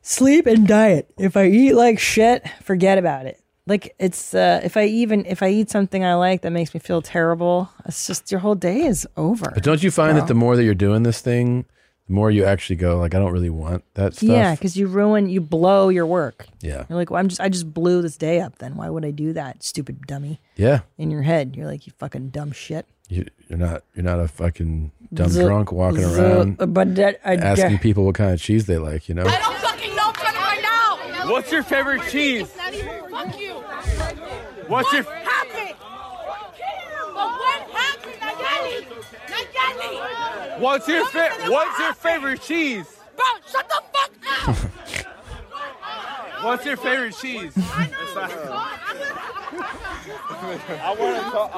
Sleep and diet. If I eat like shit, forget about it. Like it's uh, if I even if I eat something I like that makes me feel terrible, it's just your whole day is over. But don't you find bro. that the more that you're doing this thing, the more you actually go like, I don't really want that stuff. Yeah, because you ruin, you blow your work. Yeah. You're like, well, I'm just, I just blew this day up. Then why would I do that, stupid dummy? Yeah. In your head, you're like, you fucking dumb shit. You, you're not you're not a fucking dumb Zo- drunk walking zo- around but that- I- asking people what kind of cheese they like. You know. don't fucking know if I know. What's your favorite cheese? Not even fuck you. What's your- What happened? But what happened? Nayeli? Nayeli? What's your fa- What's your favorite cheese? Bro, shut the fuck up. What's your favorite cheese? I want to talk.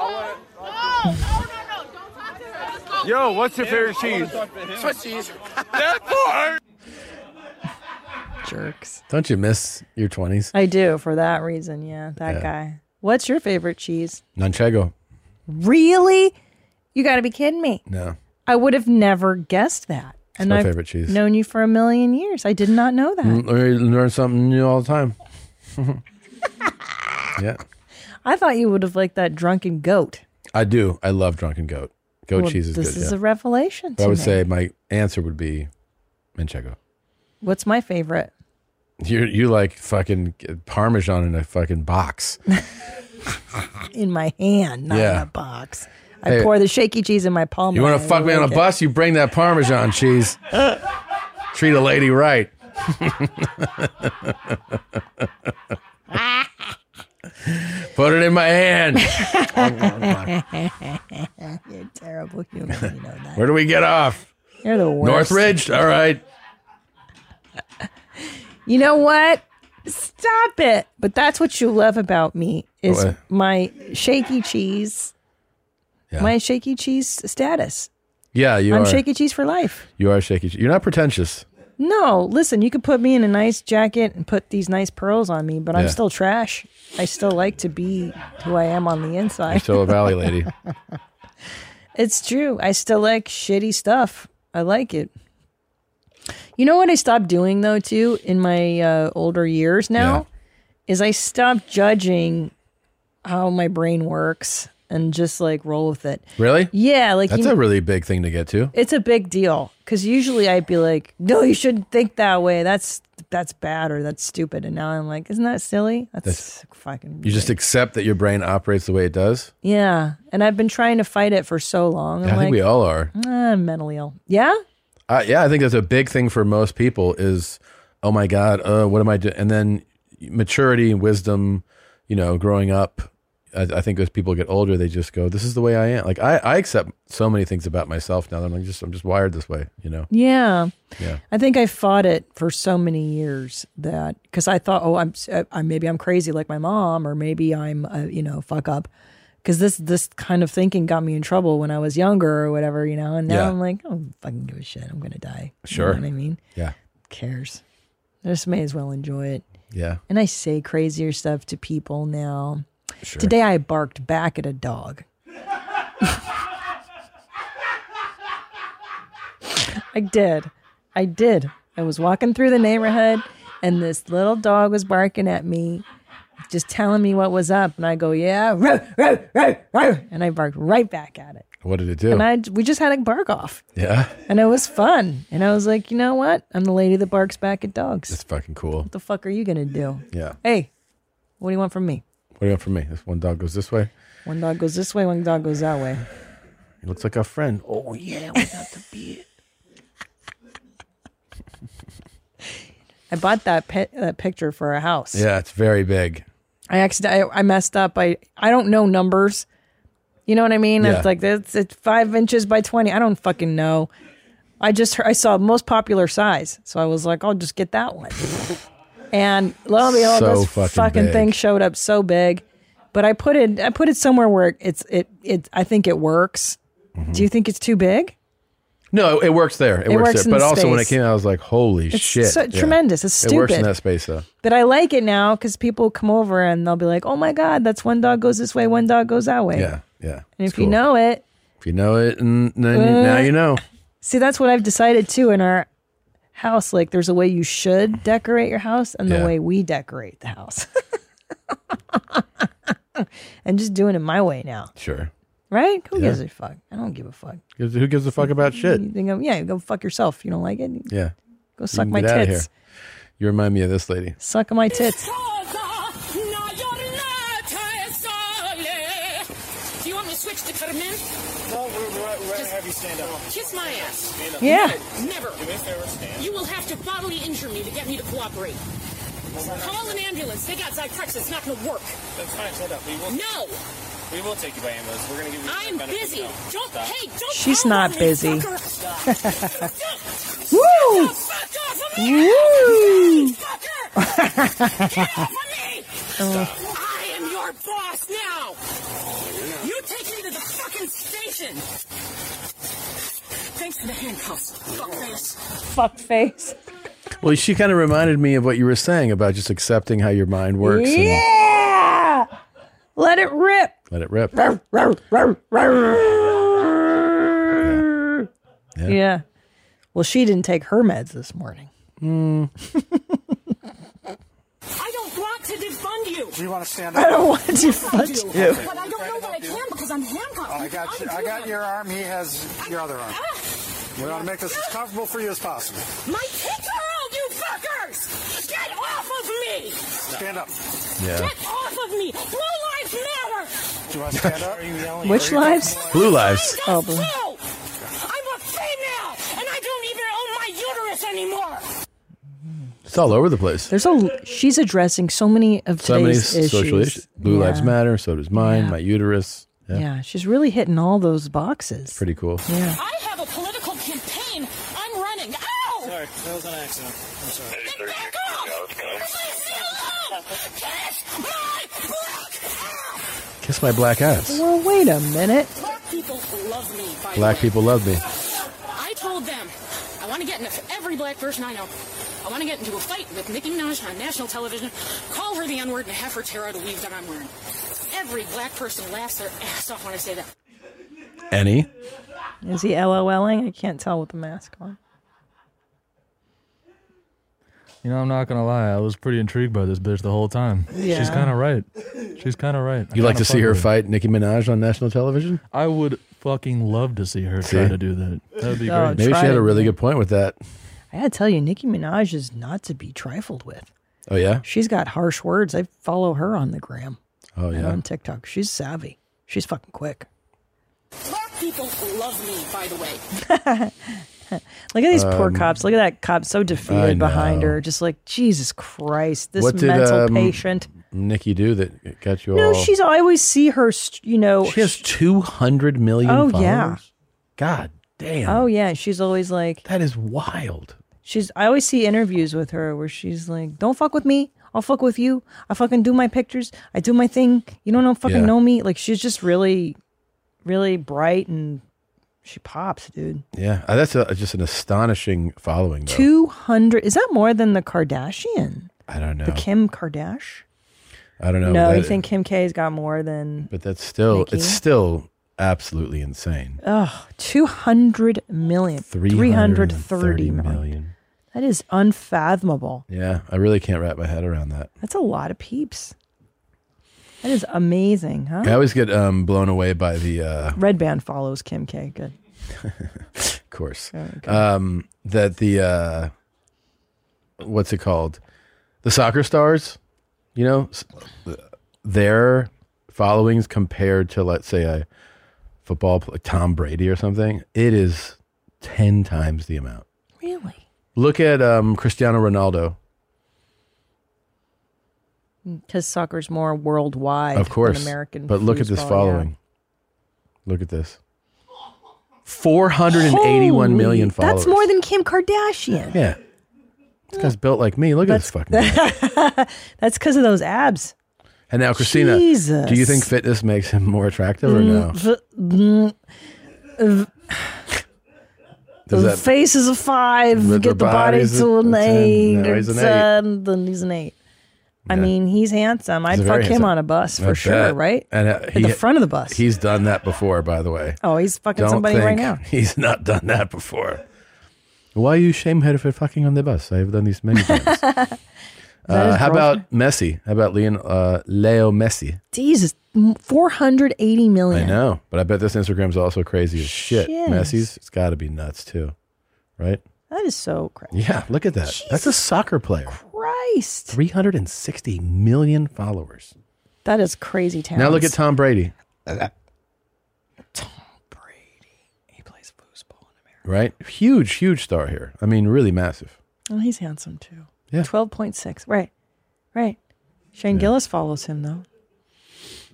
I want. Yo, what's your favorite cheese? Swiss cheese. That part. Jerks. Don't you miss your twenties? I do for that reason. Yeah, that Yeah. guy. What's your favorite cheese? Manchego. Really? You got to be kidding me. No. I would have never guessed that. and my I've favorite cheese. known you for a million years. I did not know that. Mm, You learn something new all the time. yeah, I thought you would have liked that drunken goat. I do. I love drunken goat. Goat Well, cheese is this good. is yeah. a revelation But I to would me. say my answer would be manchego. What's my favorite? You you like fucking parmesan in a fucking box. in my hand, not Yeah. in a box. I Hey. pour the shaky cheese in my palm. You want to fuck me on a bus? You bring that Parmesan cheese. Treat a lady right. Put it in my hand. You're a terrible human. You know that. Where do we get off? You're the worst. Northridge? All right. You know what? Stop it. But that's what you love about me is What? my shaky cheese. Yeah. My shaky cheese status. Yeah, you I'm are. shaky cheese for life. You are shaky. You're not pretentious. No, listen, you could put me in a nice jacket and put these nice pearls on me, but I'm Yeah. still trash. I still like to be who I am on the inside. You're still a valley lady. It's true. I still like shitty stuff. I like it. You know what I stopped doing though too in my uh, older years now is I stopped judging how my brain works and just like roll with it. Really? Yeah, like that's you- a really big thing to get to. it's a big deal because usually I'd be like, "No, you shouldn't think that way. That's that's bad or that's stupid." And now I'm like, "Isn't that silly? That's, That's- fucking You just accept that your brain operates the way it does. yeah." And I've been trying to fight it for so long. I'm I think like, we all are. "Ah, I'm mentally ill. Yeah, Uh, yeah, I think that's a big thing for most people is, oh my God, uh, what am I doing? And then maturity and wisdom, you know, growing up. I, I think as people get older, they just go, this is the way I am. Like I, I accept so many things about myself now that I'm like, just, I'm just wired this way, you know? yeah. Yeah. I think I fought it for so many years that because I thought, oh, I'm, I, maybe I'm crazy like my mom, or maybe I'm, uh, you know, fuck up. Because this this kind of thinking got me in trouble when I was younger or whatever, you know. And now Yeah. I'm like, I don't fucking give a shit. I'm gonna die. Sure. You know what I mean, Yeah. cares. I just may as well enjoy it. Yeah. And I say crazier stuff to people now. Sure. Today I barked back at a dog. I did. I did. I was walking through the neighborhood and this little dog was barking at me, just telling me what was up. And I go, yeah, row, row, row, row. and I barked right back at it. What did it do? And I, we just had a bark off yeah. and it was fun. And I was like, you know what? I'm the lady that barks back at dogs. That's fucking cool. What the fuck are you going to do? Yeah. Hey, what do you want from me? What do you want from me? This one dog goes this way. One dog goes this way, one dog goes that way. He looks like a friend. Oh yeah, we got the beat. I bought that pet, that picture for a house. Yeah, it's very big. I accident I, I messed up. I I don't know numbers. You know what I mean? Yeah. It's like that's it's five inches by twenty. I don't fucking know. I just heard, I saw most popular size, so I was like, I'll just get that one. and lo and behold, So this fucking fucking, big. thing showed up so big. But I put it I put it somewhere where it's it it I think it works. Mm-hmm. Do you think it's too big? No, it works there. It, It works in there. But the also when it space. came out, I was like, holy It's shit. so tremendous. It's It works in stupid. that space though. But I like it now because people come over and they'll be like, "Oh my god, that's one dog goes this way, one dog goes that way." Yeah. Yeah. And It's if you cool. know it, If you know it, and then you, Uh, now you know. See, that's what I've decided too in our house. Like, there's a way you should decorate your house and Yeah. the way we decorate the house. and just doing it my way now, Sure. right? Who Yeah. gives a fuck? I don't give a fuck. Gives- Who gives a fuck about shit? You think I'm, yeah, go fuck yourself. You don't like it? Yeah. Go You suck can my get outta tits. You remind me of this lady. Suck my tits. Do you want me to switch to Carmen? No, we're, we're, we're have you stand up. Kiss my ass. Stand up. Yeah. Never. Do me a favor, stand You will have to bodily injure me to get me to cooperate. Call an ambulance. They got Zyprexa. It's not going to work. That's fine. Stand up. We will. No. We will take you by ambulance. We're going to give you. I'm busy. Don't. Hey, don't. She's call not on me, busy. fucker. Woo! Woo! Oh. I am your boss now. You take me to the fucking station. Thanks for the handcuffs. Fuckface. Fuck face. Well, she kind of reminded me of what you were saying about just accepting how your mind works and Yeah! Let it rip. let it rip. Row, row, row, row. Yeah. Yeah. Well, she didn't take her meds this morning. I don't want to defund you. Do you want to stand I don't want to fuck you. But I don't know what I can because I'm handcuffed. Oh, I got you, I got your arm. He has your other arm. We want to make this as comfortable for you as possible. My kids are old, you fuckers! Get off me! Stand up. Yeah. Get off of me! Blue lives matter! Do I stand up? Are you yelling? Which lives? Blue lives. Oh, blue. No! I'm a female, and I don't even own my uterus anymore! It's all over the place. There's a she's addressing so many of So many today's issues. social issues. Blue Yeah. lives matter. So does mine. My uterus. Yeah. Yeah. she's really hitting all those boxes. Pretty cool. Yeah. I have a political campaign I'm running. Ow! Sorry, that was an accident. I'm sorry. Then back off! Please leave me alone! Kiss Kiss my black ass. Well, Oh, wait a minute. my- Black people love me, by the Black way. people love me. I told them I want to get into every black person I know. I want to get into a fight with Nicki Minaj on national television, call her the N-word, and have her tear out a weave that I'm wearing. Every black person laughs their ass off when I say that. Any? Is he LOLing? I can't tell with the mask on. You know, I'm not gonna lie. I was pretty intrigued by this bitch the whole time. She's Yeah. kind of right. She's kind of right. I You like kinda to see fuck her with fight Nicki Minaj on national television? I would fucking love to see her try See? to do that. That'd be Oh, great. Maybe she try had it. a really good point with that. I gotta tell you, Nicki Minaj is not to be trifled with. Oh yeah. She's got harsh words. I follow her on the gram. Oh and yeah. on TikTok. She's savvy. She's fucking quick. Black people love me, by the way. Look at these poor Um, cops. Look at that cop so I defeated behind know. her. Just like, Jesus Christ, this what did mental um, patient. Nicki do that got you No, all? she's, I always see her, st- you know. She has two hundred million. oh, followers? yeah. God damn. Oh, yeah. She's always like. That is wild. She's, I always see interviews with her where she's like, don't fuck with me. I'll fuck with you. I fucking do my pictures. I do my thing. You don't know, fucking Yeah. know me. Like, she's just really, really bright and she pops, dude. Yeah, Uh, that's a, just an astonishing following, though. 200. Is that more than the Kardashian? I don't know. The Kim Kardashian? I don't know. No, but you that- think Kim K's got more than But that's still Nicki? it's still absolutely insane. oh, 200 million. 330 million. million. That is unfathomable. Yeah, I really can't wrap my head around that. That's a lot of peeps. That is amazing, huh? I always get um, blown away by the, uh, Red Band follows Kim K. Good. of course, Oh, okay. um, that the uh, what's it called, the soccer stars, you know, s- th- their followings compared to let's say a football pl- Tom Brady or something, it is ten times the amount. Really? Look at um, Cristiano Ronaldo. Because soccer's more worldwide of course than American. but look at this foosball, yeah. following look at this 481 Holy- million followers That's more than Kim Kardashian. yeah this guy's built like me look at this fucking guy. That's because of those abs. and now christina do you Jesus. think fitness makes him more attractive or no Mm, v- mm, Does the that- face is a five. But the get the body body's a- to an a 10. eight. No, he's or an eight. 10, Then he's an eight. I Yeah. mean, he's handsome. I'd He's fuck very him handsome. on a bus for I sure, bet. right? and uh, At the front of the bus. he's done that before by the way Oh, he's fucking Don't somebody right think now. he's not done that before why you shame her for fucking on the bus i have done this many times that uh, his how about messi how about Leon, uh, leo messi Jesus, m- 480 million. I know, but I bet this Instagram's also crazy as shit. Shit. Messi's, it's got to be nuts too, right? That is so crazy. Yeah, look at that. That's a soccer player. Christ. 360 million followers. That is crazy talent. Now look at Tom Brady. Right? Huge, huge star here. I mean, really massive. Oh, he's handsome too. Yeah. 12.6. Right. Right. Shane Gillis follows him though.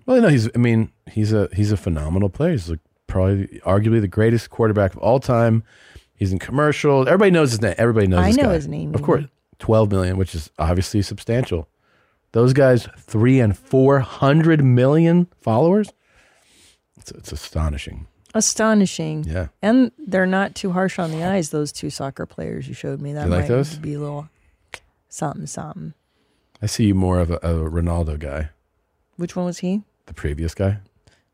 Well, you know, he's. I mean, he's a he's a phenomenal player. He's like probably arguably the greatest quarterback of all time. He's in commercial. Everybody knows his name. Everybody knows. I this know guy. his name, Of yeah. course, twelve million, which is obviously substantial. Those guys, three and four hundred million followers. It's, it's astonishing. Astonishing. Yeah. And they're not too harsh on the eyes, those two soccer players you showed me. That You like might those? be a little something, something. I see you more of a, a Ronaldo guy, Which one was he? the previous guy.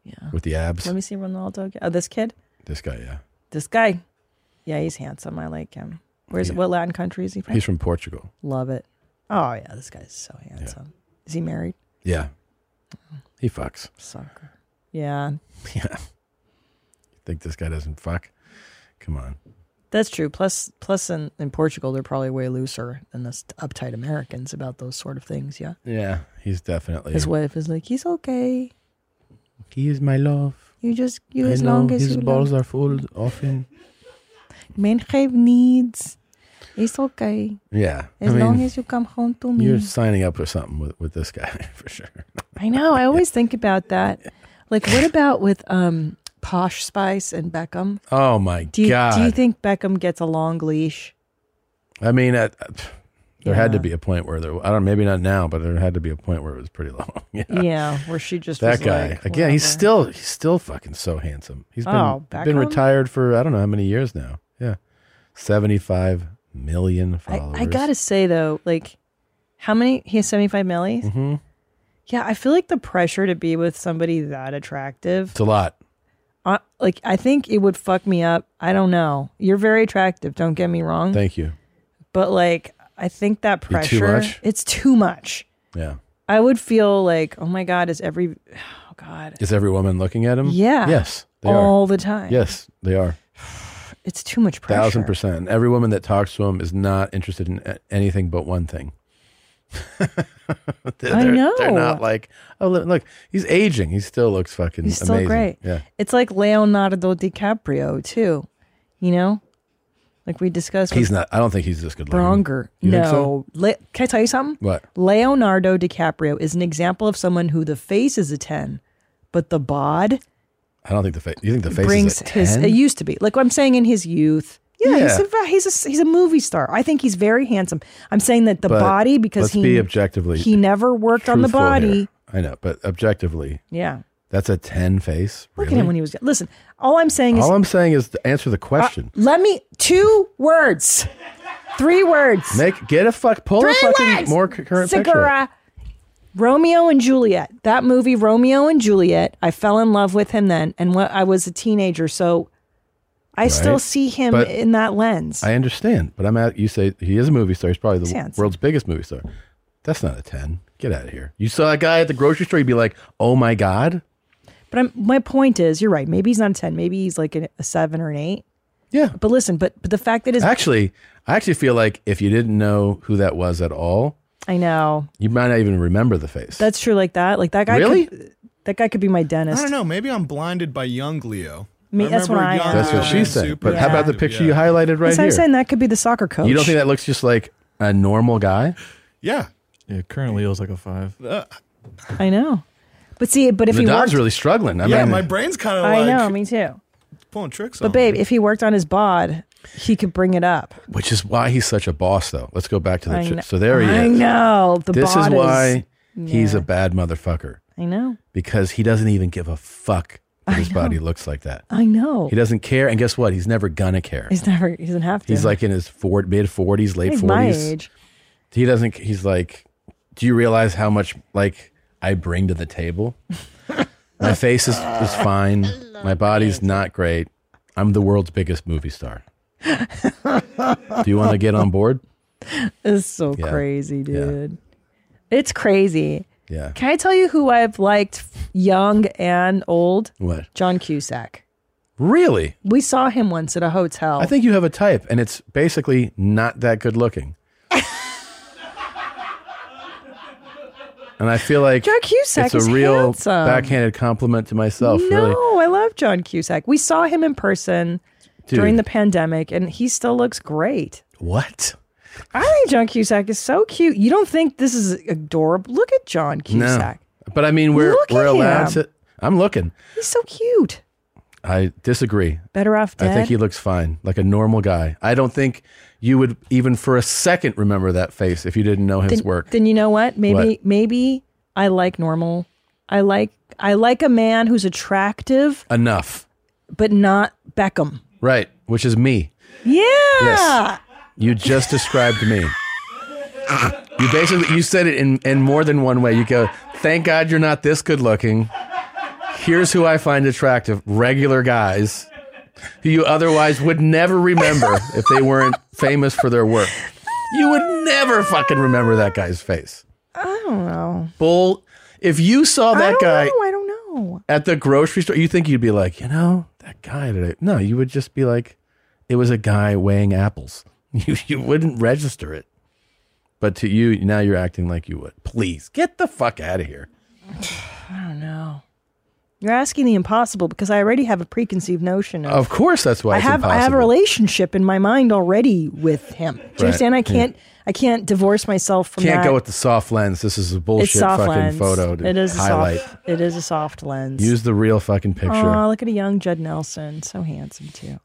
Yeah. With the abs. Let me see Ronaldo. again. Oh, this kid? This guy, yeah. This guy. Yeah, he's handsome. I like him. Where's Yeah. what Latin country is he from? He's from Portugal. Love it. Oh yeah, this guy's so handsome. Is he married? Yeah. He fucks. Soccer. Yeah. Yeah. You think this guy doesn't fuck? Come on. That's true. Plus, plus in, in Portugal, they're probably way looser than us uptight Americans about those sort of things. Yeah. Yeah, he's definitely. His wife is like, he's okay. He is my love. You just, you I as know long as his you balls love. are full of him. Men have needs. It's okay. Yeah, I As long mean, as you come home to me. You're signing up for something with, with this guy for sure. I know. I always think about that. Like, what about with um, Posh Spice and Beckham? Oh my Do you, god! do you think Beckham gets a long leash? I mean, at, at- there had to Yeah. be a point where there. I don't. Maybe not now, but there had to be a point where it was pretty long. Yeah. Yeah, where she just Uh, that was guy like, again. He's still he's still fucking so handsome. He's been Oh, been Beckham? retired for I don't know how many years now. Yeah, seventy five million followers. I gotta say though, like, how many? He has seventy-five millies. Mhm. Yeah, I feel like the pressure to be with somebody that attractive. It's a lot. Uh, like, I think it would fuck me up. I don't know. You're very attractive. Don't get me wrong. Thank you. But like, I think that You're pressure. too much? It's too much. Yeah. I would feel like, oh my god, is every oh Is every woman looking at him? Yeah. Yes. They are. All the time. Yes, they are. it's too much pressure. Thousand percent. And Every woman that talks to him is not interested in a- anything but one thing. they're, I know. They're not like, oh look, look, he's aging. He still looks fucking. He's still amazing. great. Yeah. It's like Leonardo DiCaprio too. You know, like we discussed. with He's not. I don't think he's this good. looking. Bronger. You no. think so? Le- can I tell you something? What? Leonardo DiCaprio is an example of someone who the face is a 10, but the bod I don't think the face. You think the face brings is a his. 10? It used to be. Like what I'm saying in his youth. Yeah, he's, Yeah. a, he's, a, he's a movie star. I think he's very handsome. I'm saying that the But body, because let's he, be objectively he never worked on the truthful body. here. I know, but objectively, Yeah. that's a ten face. Look really? at him when he was. Listen, all I'm saying is All I'm saying is to answer the question. let me two words, three words. Make get a fuck pull a Three fucking words! more cu- current Segura. Romeo and Juliet. That movie, Romeo and Juliet. I fell in love with him then, and when I was a teenager, so I still Right. see him But- in that lens. picture. I understand, but I'm at. You say he is a movie star. He's probably the He's w- handsome. world's biggest movie star. That's not a ten. Get out of here. You saw a guy at the grocery store. You'd be like, oh my god. but I'm, my point is, you're right. Maybe he's not a ten. Maybe he's like an, a seven or an eight. Yeah. But listen, but but the fact that is Actually, I actually feel like if you didn't know who that was at all, I know you might not even remember the face. that's true. Like that, like that guy. Really? Could, that guy could be my dentist. I don't know. Maybe I'm blinded by young Leo. Me- that's remember what I young am. That's what Leo she being said. super But how about the attractive, picture yeah. you highlighted right That's what here? I'm saying. That could be the soccer coach. You don't think that looks just like a normal guy? Yeah. Yeah, currently it was like a five. I know. But see, but if the he dog's worked, really struggling. I yeah, mean, my brain's kind of I like know. Me too. pulling tricks But on. babe, if he worked on his bod, he could bring it up. which is why he's such a boss, though. Let's go back to the. I Ch- kn- so there he I is. know, the this is bod is- why he's Yeah. a bad motherfucker I know. because he doesn't even give a fuck that his body looks like that. I know. He doesn't care, and guess what? He's never gonna care. He's never. He doesn't have to. He's like in his fort, mid forties, late He's my forties. age. He doesn't. He's like, do you realize how much like I bring to the table? My face is, is fine. My body's not great. I'm the world's biggest movie star. Do you want to get on board? It's so Yeah. crazy, dude. It's crazy. Yeah. Can I tell you who I've liked, young and old? What? John Cusack. Really? We saw him once at a hotel. I think you have a type, and it's basically not that good looking. and I feel like John Cusack it's a is real handsome. backhanded compliment to myself. no, Really, I love John Cusack. We saw him in person Dude. during the pandemic, and he still looks great. what? I think John Cusack is so cute. You don't think this is adorable? Look at John Cusack. No, but I mean, we're Look at we're allowed him. to. I'm looking. He's so cute. I disagree. Better off dead. I think he looks fine, like a normal guy. I don't think you would even for a second remember that face if you didn't know his then, work. Then you know what? Maybe What? maybe I like normal. I like I like a man who's attractive Enough, but not Beckham. right? Which is me. Yeah. Yes. You just described me. You basically you said it in in more than one way. You go, "Thank God you're not this good looking." Here's who I find attractive: regular guys who you otherwise would never remember if they weren't famous for their work. You would never fucking remember that guy's face. I don't know. Bull. If you saw I that don't guy know. I don't know. at the grocery store, you think you'd be like, you know, that guy today. No, you would just be like, It was a guy weighing apples. You, you wouldn't register it. But to you, now you're acting like you would. Please get the fuck out of here. I don't know. You're asking the impossible because I already have a preconceived notion of. Of course, that's why I Oh, it's have impossible. I have a relationship in my mind already with him. Do you Right. understand? I Yeah. can't I can't divorce myself from Can't that. go with the soft lens. This is a it's bullshit soft fucking lens. photo to it is highlight. A soft, it is a soft lens. Use the real fucking picture. Aw, look at a young Judd Nelson, so handsome too.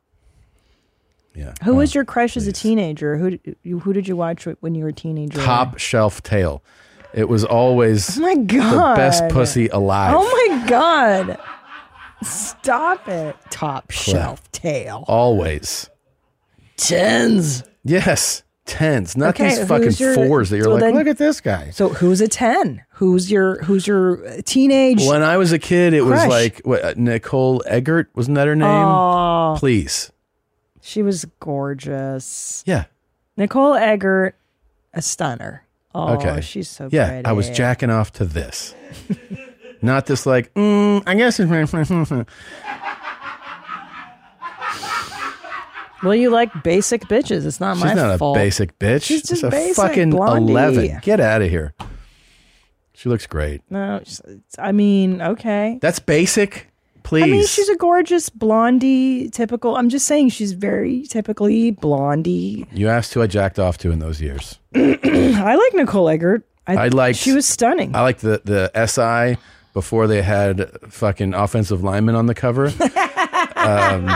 Yeah. Who was your crush as a teenager? Who did you, who did you watch when you were a teenager? Top shelf tail. It was always Oh my the best God. pussy alive. Oh my god! Stop it! Top Claire. shelf tail. Always. Tens. Yes. Tens. Not Okay, these fucking who's your- fours that you're so like, then- look at this guy. So who's a ten? Who's your who's your uh, teenage? When I was a kid, it was Crush. like what, uh, Nicole Eggert, wasn't that her name? Aw. Please. Oh, She was gorgeous. Yeah. Nicole Eggert, a stunner. Oh, okay. she's so Yeah, pretty. I was jacking off to this. Not this like, mm, I guess it's Well, you like basic bitches. It's not my She's not fault. a basic bitch. She's just She's a basic fucking blondie. eleven. Get out of here. She looks great. No, she's- I mean, okay. That's basic. Please. I mean, she's a gorgeous blondie, typical. I'm just saying she's very typically blondie. you asked who I jacked off to in those years. I like Nicole Eggert. I liked. She was stunning. I liked the the SI before they had fucking offensive linemen on the cover. um,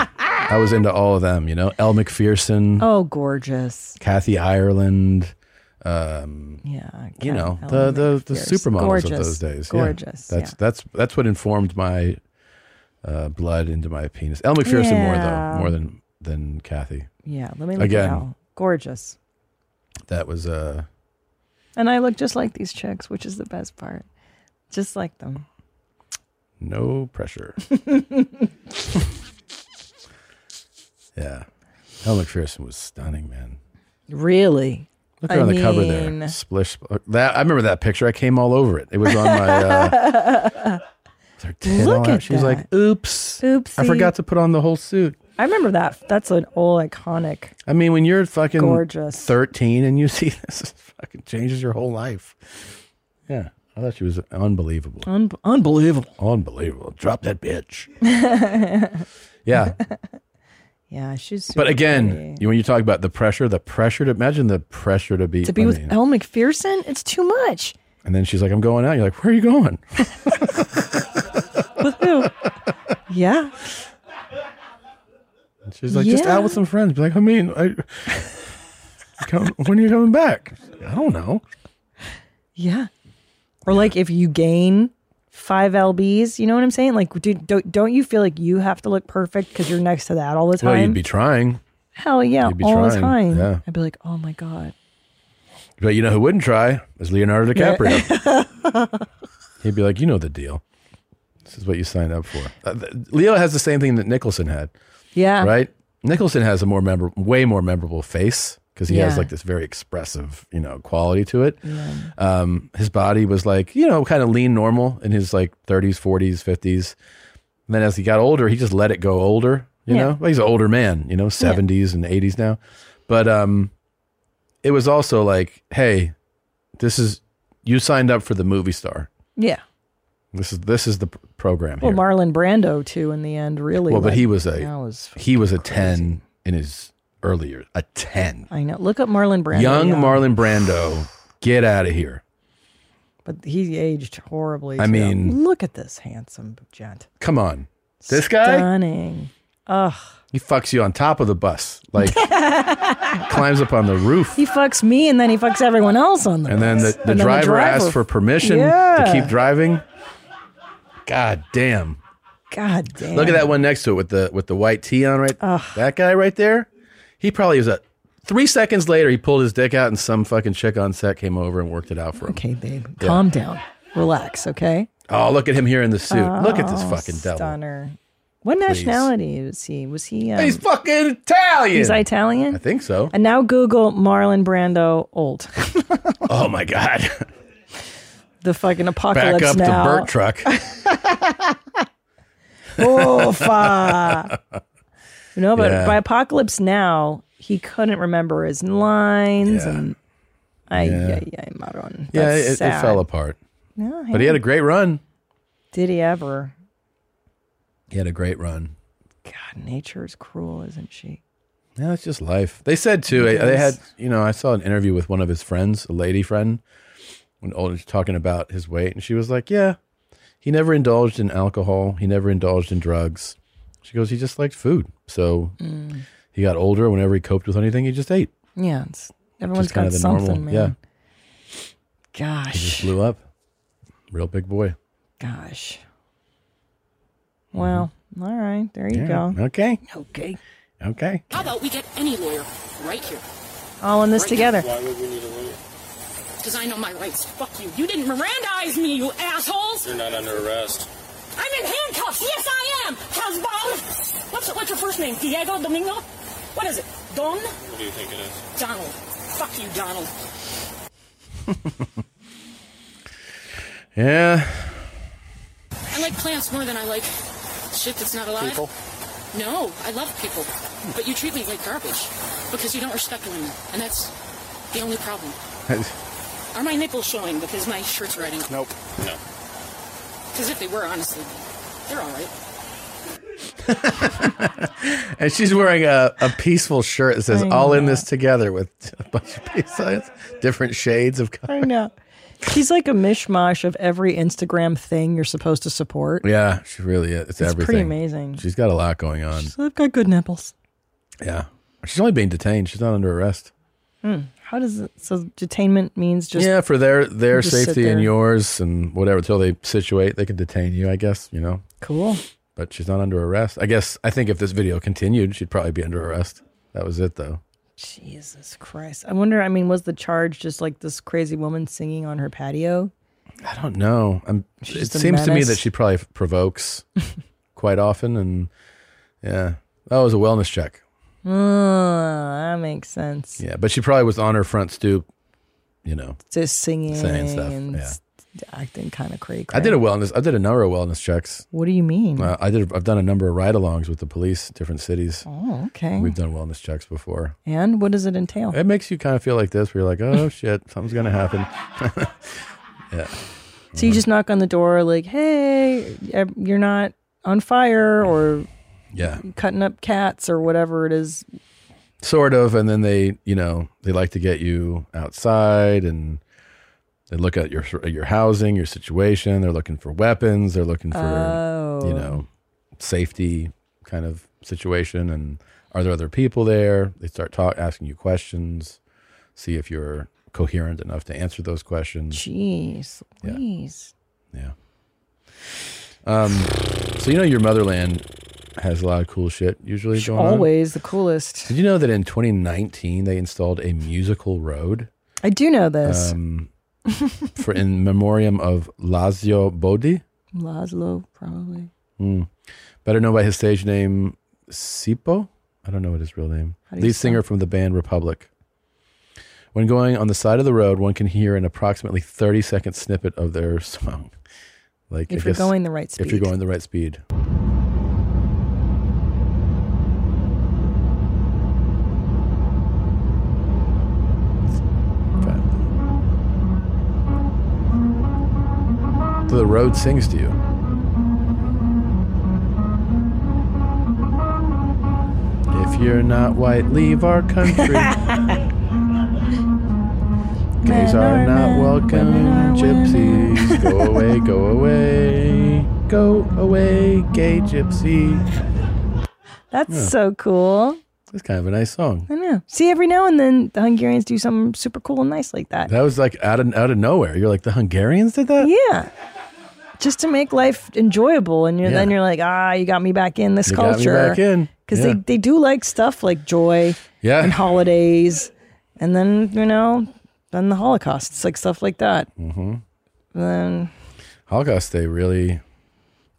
I was into all of them. You know, Elle McPherson, oh, gorgeous. Kathy Ireland. Um, yeah, you know the Elle the, the McPherson. supermodels of Gorgeous, those days. Yeah. gorgeous, That's that's that's what informed my uh, blood into my penis. Elle McPherson more Yeah. though, more than than Kathy. Yeah, let me look Again. at Elle. Gorgeous. That was uh And I look just like these chicks, which is the best part. Just like them. no pressure. yeah, Elle McPherson was stunning, man. Really? Look at her on the cover there. Splish. uh, That I remember that picture. I came all over it. It was on my. Uh, tin all Look out. at She was that. like, "Oops, Oopsie. I forgot to put on the whole suit." I remember that. That's an old iconic. I mean, when you're fucking Gorgeous. thirteen and you see this, it fucking changes your whole life. Yeah, I thought she was unbelievable. Un- unbelievable. Unbelievable. Drop that bitch. Yeah, yeah, she's. Super but again, pretty. you, when you talk about the pressure, the pressure to imagine the pressure to be to be I with mean, Elle McPherson, it's too much. and then she's like, "I'm going out." You're like, "Where are you going?" With who? yeah. And she's like, "Just Yeah. out with some friends." Be like, "I mean, I, come, when are you coming back?" I don't know. Yeah. Or like if you gain five lbs, you know what I'm saying? Like, dude, don't, don't you feel like you have to look perfect because you're next to that all the time? Well, you'd be trying, Hell yeah, you'd be all the trying, time. yeah. I'd be like, oh my god. but you know who wouldn't try is Leonardo Yeah. DiCaprio. He'd be like, you know the deal. This is what you signed up for. Uh, th- Leo has the same thing that Nicholson had, Yeah. right? Nicholson has a more memor- way more memorable face because he has Yeah. like this very expressive, you know, quality to it. Um, his body was like, you know, kind of lean normal in his like 30s, 40s, 50s. And then as he got older, he just let it go older, you Yeah. know? Well, he's an older man, you know, 70s and 80s now. But um, it was also like, hey, this is, you signed up for the movie star. Yeah. This is this is the p- program Well, here. Marlon Brando too in the end, really. well, but like, he was a that was- Oh, he was a ten in his earlier a ten. I know. Look up Marlon Brando. young yeah. Marlon Brando, get out of here. But he aged horribly. I too. mean- look at this handsome gent. Come on, this guy Stunning. Ugh. he fucks you on top of the bus, like climbs up on the roof, He fucks me and then he fucks everyone else on the and then the, bus. the, And then driver, asks for permission to Yeah. keep driving. God damn. God damn. Look at that one next to it with the with the white tee on right. Ugh. That guy right there. He probably was a. Three seconds later, he pulled his dick out, and some fucking chick on set came over and worked it out for him. Okay, babe, Yeah. calm down, relax, okay? Oh, look at him here in the suit. look at this Oh, fucking devil. stunner. What Please. nationality was he? Was he? Um, He's fucking Italian. He's Italian. I think so. And now Google Marlon Brando old. oh my god! the fucking apocalypse Back up now. the Burt truck. oh, fa. No, but Yeah. by Apocalypse Now, he couldn't remember his lines, Yeah. and I, Yeah. yeah, yeah, Maron. yeah, That's it, it sad. fell apart. No, but he had a great run. Did he ever? He had a great run. God, nature is cruel, isn't she? Yeah, it's just life. They said too. It They is. had, you know, I saw an interview with one of his friends, a lady friend, when old talking about his weight, and she was like, "Yeah, he never indulged in alcohol. He never indulged in drugs." She goes, "He just liked food. So Mm. he got older. Whenever he coped with anything, he just ate. Yeah, it's, everyone's just got kind of the something, normal. man. Yeah, Gosh, he just blew up. Real big boy. gosh. Well, all right, there you Mm-hmm. Yeah. go. Okay. Okay. Okay. How about we get any lawyer right here? All in this together. would we need a lawyer? Because I know my rights. Fuck you. You didn't Mirandize me, you assholes! You're not under arrest. I'm in handcuffs. Yes, I am. Husband. What's what's your first name? Diego Domingo. What is it? Don What do you think it is? Donald. Fuck you, Donald. Yeah. I like plants more than I like shit that's not alive. People? No, I love people, but you treat me like garbage because you don't respect women, and that's the only problem. Are my nipples showing because my shirt's riding? Nope. No. Because if they were, honestly, they're all right. And she's wearing a, a peaceful shirt that says I "All in this together" with a bunch of peace signs, different shades of color. I know. She's like a mishmash of every Instagram thing you're supposed to support. Yeah, she really is. It's, It's everything. pretty amazing. She's got a lot going on. So I've got good nipples. Yeah. She's only being detained. She's not under arrest. Hmm. How does it? So detainment means just yeah, for their their just sit safety there. and yours and whatever until they situate, they can detain you, I guess, you know. Cool. But she's not under arrest. I guess I think if this video continued, she'd probably be under arrest. That was it though. Jesus Christ. I wonder. I mean, was the charge just like this crazy woman singing on her patio? I don't know. I'm She's it a seems to me menace. that she probably provokes quite often and yeah. That was a wellness check. Uh, that makes sense. Yeah. But she probably was on her front stoop, you know. Just singing Saying stuff, and yeah. s- acting kind of crazy. I did a wellness I did a number of wellness checks. What do you mean? Uh, I did. I've done a number of ride-alongs with the police, different cities. Oh, okay. We've done wellness checks before. and what does it entail? It makes you kind of feel like this, where you're like, "Oh shit, something's gonna happen." yeah. So you just knock on the door, like, "Hey, eh, you're not on fire," or Yeah. cutting up cats or whatever it is. Sort of, and then they, you know, they like to get you outside, and they look at your at your housing, your situation. They're looking for weapons. They're looking for, Oh. you know, safety kind of situation. And are there other people there? They start talk, asking you questions, see if you're coherent enough to answer those questions. Jeez, please. Um, so you know your motherland has a lot of cool shit usually going on. Always the coolest. Did you know that in 2019 they installed a musical road I do know this. um, for in memoriam of Lazio Bodi, Laszlo, probably. Hmm. better known by his stage name Sipo. I don't know what his real name. How do you Lead spell singer from the band Republic. When going on the side of the road, one can hear an approximately 30 second snippet of their song. Like If I you're guess- going the right If you're speed. going the right speed. So the road sings to you. If you're not white, leave our country. Gays are not welcome. Gypsies, go away, go away, go away, gay gypsy. That's Yeah. so cool. It's kind of a nice song. I know. See, every now and then the Hungarians do something super cool and nice like that. That was like out of out of nowhere. You're like the Hungarians did that. Yeah. Just to make life enjoyable, and you're, then Yeah. you're like, ah, you got me back in this You got me culture. back in. because Yeah. they, they do like stuff like joy, Yeah. and holidays, and then you know, then the Holocaust, it's like stuff like that. Mm-hmm. Then Holocaust. They really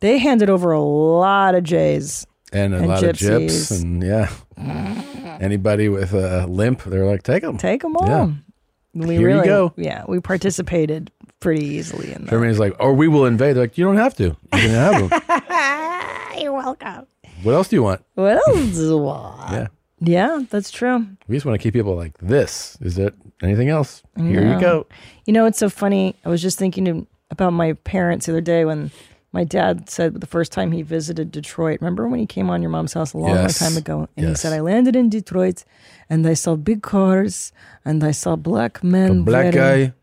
they handed over a lot of J's and a lot of gyps gypsies. and yeah. Anybody with a limp, they're like, take them. Take them all. Yeah. We Here you really, go. yeah, we participated pretty easily in that. "Oh, Germany's like, or we will invade. They're like, you don't have to. You can have them. You're welcome. What else do you want? What else? do you want? Yeah. Yeah, that's true. We just want to keep people like this. Is there anything else? Here you No. go. You know, it's so funny. I was just thinking to- about my parents the other day when my dad said the first time he visited Detroit. Remember when he came on your mom's house a long, long Yes. time ago? And he Yes. said, I landed in Detroit and I saw big cars and I saw black men. a black wearing-" guy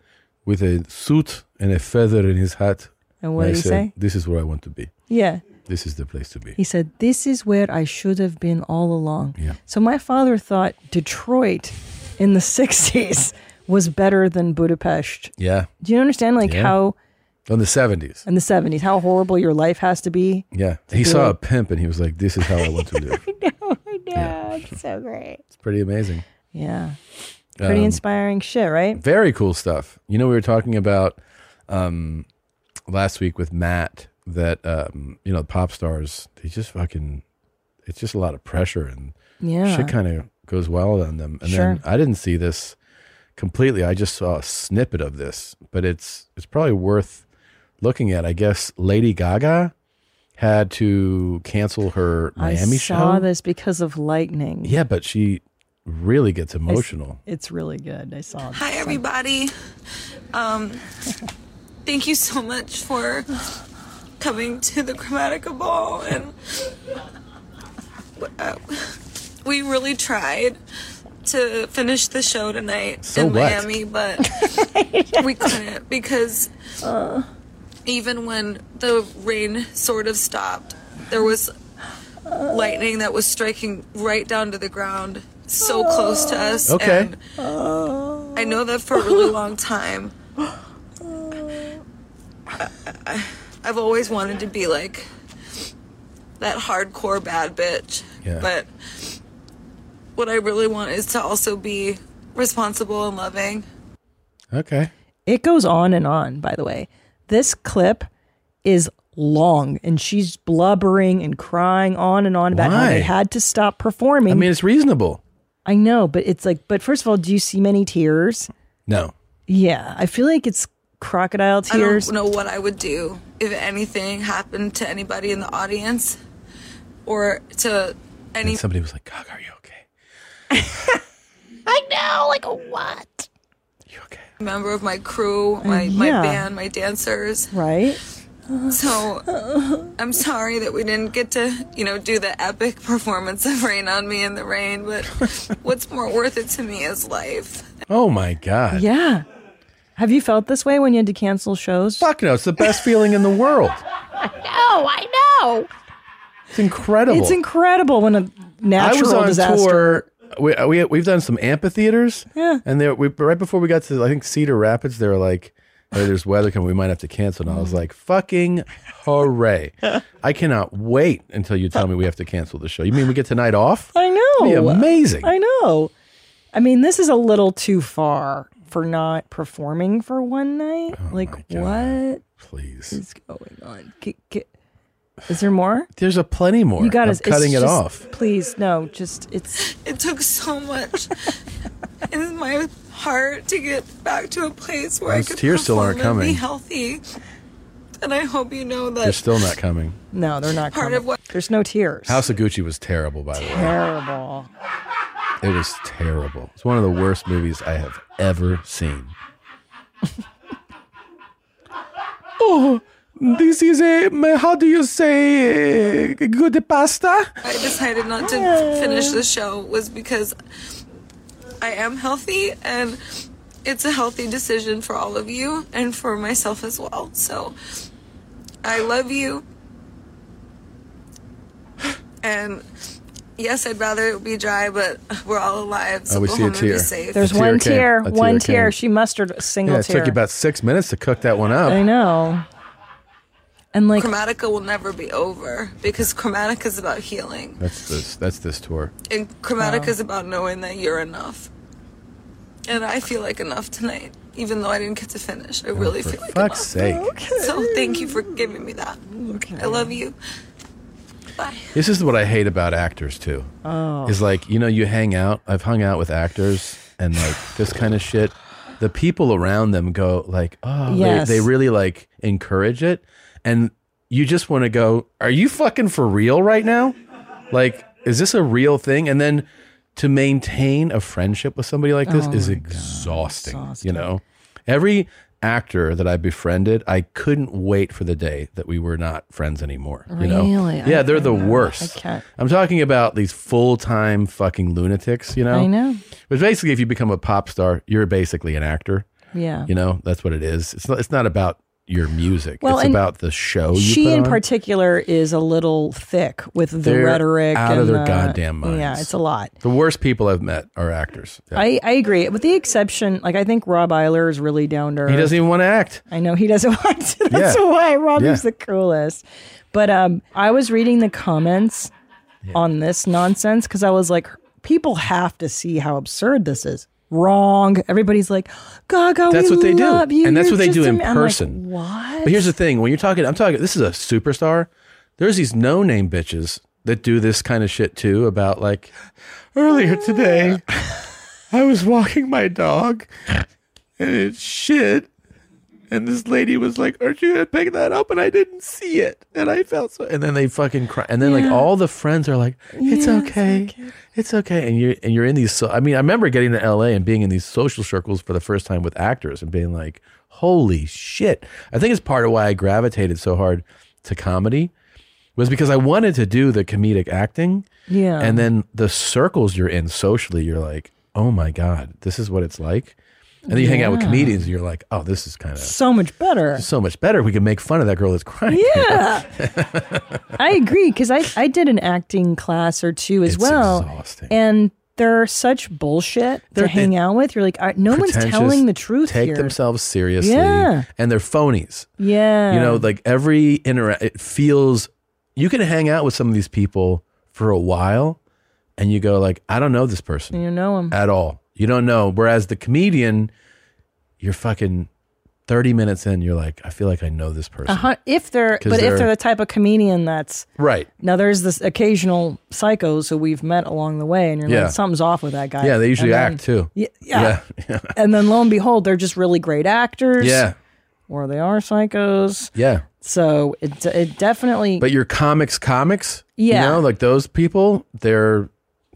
with a suit and a feather in his hat. And what I did he said, say? This is where I want to be. Yeah. This is the place to be. He said, This is where I should have been all along. Yeah. So my father thought Detroit in the 60s was better than Budapest. Yeah. Do you understand, like, Yeah. how On the 70s. in the 70s, how horrible your life has to be? Yeah. To He do saw it. a pimp and he was like, this is how I want to live. Yeah, it's so great. It's pretty amazing. Yeah. Pretty Um, inspiring shit, right? Very cool stuff. You know, we were talking about um, last week with Matt that um, you know pop stars they just fucking it's just a lot of pressure and Yeah. shit kind of goes wild on them. And Sure. then I didn't see this completely. I just saw a snippet of this, but it's it's probably worth looking at. I guess Lady Gaga had to cancel her Miami I saw show. this because of lightning. Yeah, but she really gets I s- emotional. It's really good. I saw Hi, everybody. Um, thank you so much for coming to the Chromatica Ball. And uh, we really tried to finish the show tonight So in what? Miami, but we couldn't because uh, even when the rain sort of stopped, there was lightning that was striking right down to the ground, so close to us. Okay. And I know that for a really long time. I- I- I've always wanted to be like that hardcore bad bitch. Yeah. But what I really want is to also be responsible and loving. Okay. It goes on and on, by the way. This clip is long and she's blubbering and crying on and on about how Why? they had to stop performing. I mean, it's reasonable. I know, but it's like, but first of all, do you see many tears? No. Yeah, I feel like it's crocodile tears. I don't know what I would do if anything happened to anybody in the audience or to any. And somebody was like, "Gog, are you okay?" I know, like what? You okay? Member of my crew, my, yeah. my band, my dancers. Right? So I'm sorry that we didn't get to, you know, do the epic performance of Rain on Me in the Rain, but what's more worth it to me is life. Oh my god! Yeah. Have you felt this way when you had to cancel shows? Fuck no, it's the best feeling in the world. No, I know. It's incredible. It's incredible when a natural I was on disaster. tour. We, we we've done some amphitheaters. Yeah. And there, we right before we got to I think Cedar Rapids, they were like, "Hey, there's weather coming. We might have to cancel." And Mm. I was like, "Fucking hooray! I cannot wait until you tell me we have to cancel the show. You mean we get tonight off? I know. It'd be amazing. I know. I mean, this is a little too far for not performing for one night. Oh like what? Please. Is going on? G- g- is there more? There's a plenty more. You got I'm to cutting it off. Please, no. Just it's It took so much in my heart to get back to a place where Those I could tears still aren't perform and coming. be healthy. And I hope you know that They're still not coming. no. They're not. Part coming. of what- There's no tears. House of Gucci was terrible, by the way. Terrible. It was terrible. It's one of the worst movies I have ever seen. Oh, this is a. How do you say uh, good pasta? I decided not to finish the show was because I am healthy and it's a healthy decision for all of you and for myself as well. So I love you. And yes, I'd rather it be dry, but we're all alive. So Oh, we go see a home and be tear. safe. There's A tear one came. tear. A tear One came. tear. She mustered a single yeah, it tear. took you about six minutes to cook that one I up. know. And like Chromatica will never be over because Chromatica is about healing. That's this. That's this tour. And chromatic is about knowing that you're enough. And I feel like enough tonight, even though I didn't get to finish. I really Oh, for feel like fuck's sake. enough. So thank you for giving me that. I love you. This is what I hate about actors too. Oh. Is like, you know, you hang out. I've hung out with actors and like this kind of shit. The people around them go like, oh, they- Yes. they, really like encourage it. And you just want to go, are you fucking for real right now? Like, is this a real thing? And then to maintain a friendship with somebody like this Oh is my exhausting, You know, every actor that I befriended, I couldn't wait for the day that we were not friends anymore. You know, Really? I yeah, they're the worst. I can't. I'm talking about these full time fucking lunatics. You know, I know. But basically, if you become a pop star, you're basically an actor. Yeah. You know, that's what it is. It's not, it's not about your music. Well, it's and about the show you she put in on. particular is a little thick with the They're rhetoric out and of their the- goddamn minds. Yeah, it's a lot. The worst people I've met are actors. Yeah. I, I agree. With the exception, like I think Rob Eiler is really down to earth. he doesn't even want to act. I know he doesn't want to. That's Yeah. why Rob is Yeah. the coolest. But um, I was reading the comments on this nonsense because I was like, people have to see how absurd this is. Wrong. Everybody's like, Gaga, That's we what they do. love you. And that's You're what they just do in am-" I'm like, person. what? But here's the thing: when you're talking, I'm talking. This is a superstar. There's these no name bitches that do this kind of shit too. About like earlier today, I was walking my dog, and it shit. And this lady was like, "Aren't you gonna pick that up?" And I didn't see it, and I felt so. and then they fucking cry, and then like Yeah. all the friends are like, "It's Yeah, it's okay, it's okay,", and you are and you're in these. So, I mean, I remember getting to L.A. and being in these social circles for the first time with actors and being like, "Holy shit!" I think it's part of why I gravitated so hard to comedy was because I wanted to do the comedic acting. Yeah. And then the circles you're in socially, you're like, "Oh my god, this is what it's like." And then you hang out with Yeah. comedians, and you're like, "Oh, this is kind of so much better." so much better. We can make fun of that girl that's crying." Yeah. I agree because I, I did an acting class or two as It's well. exhausting. And they're such bullshit They're- to hang out with. You're like, "I- no one's pretentious, telling the truth Take here. themselves seriously. Yeah. And they're phonies. Yeah. You know, like every interact, it feels, you can hang out with some of these people for a while and you go like, I don't know this person you know them. at all. You don't know. Whereas the comedian, you're fucking 30 minutes in, you're like, I feel like I know this person. Uh-huh. If they're, 'Cause but they're- if they're the type of comedian that's Right. now, there's this occasional psychos who we've met along the way, and you're Yeah. like, something's off with that guy. Yeah, they usually And then- act too. Yeah, yeah. Yeah. Yeah. And then lo and behold, they're just really great actors. Yeah. Or they are psychos. Yeah. So it, it definitely. But your comics, comics, Yeah. you know, like those people, they're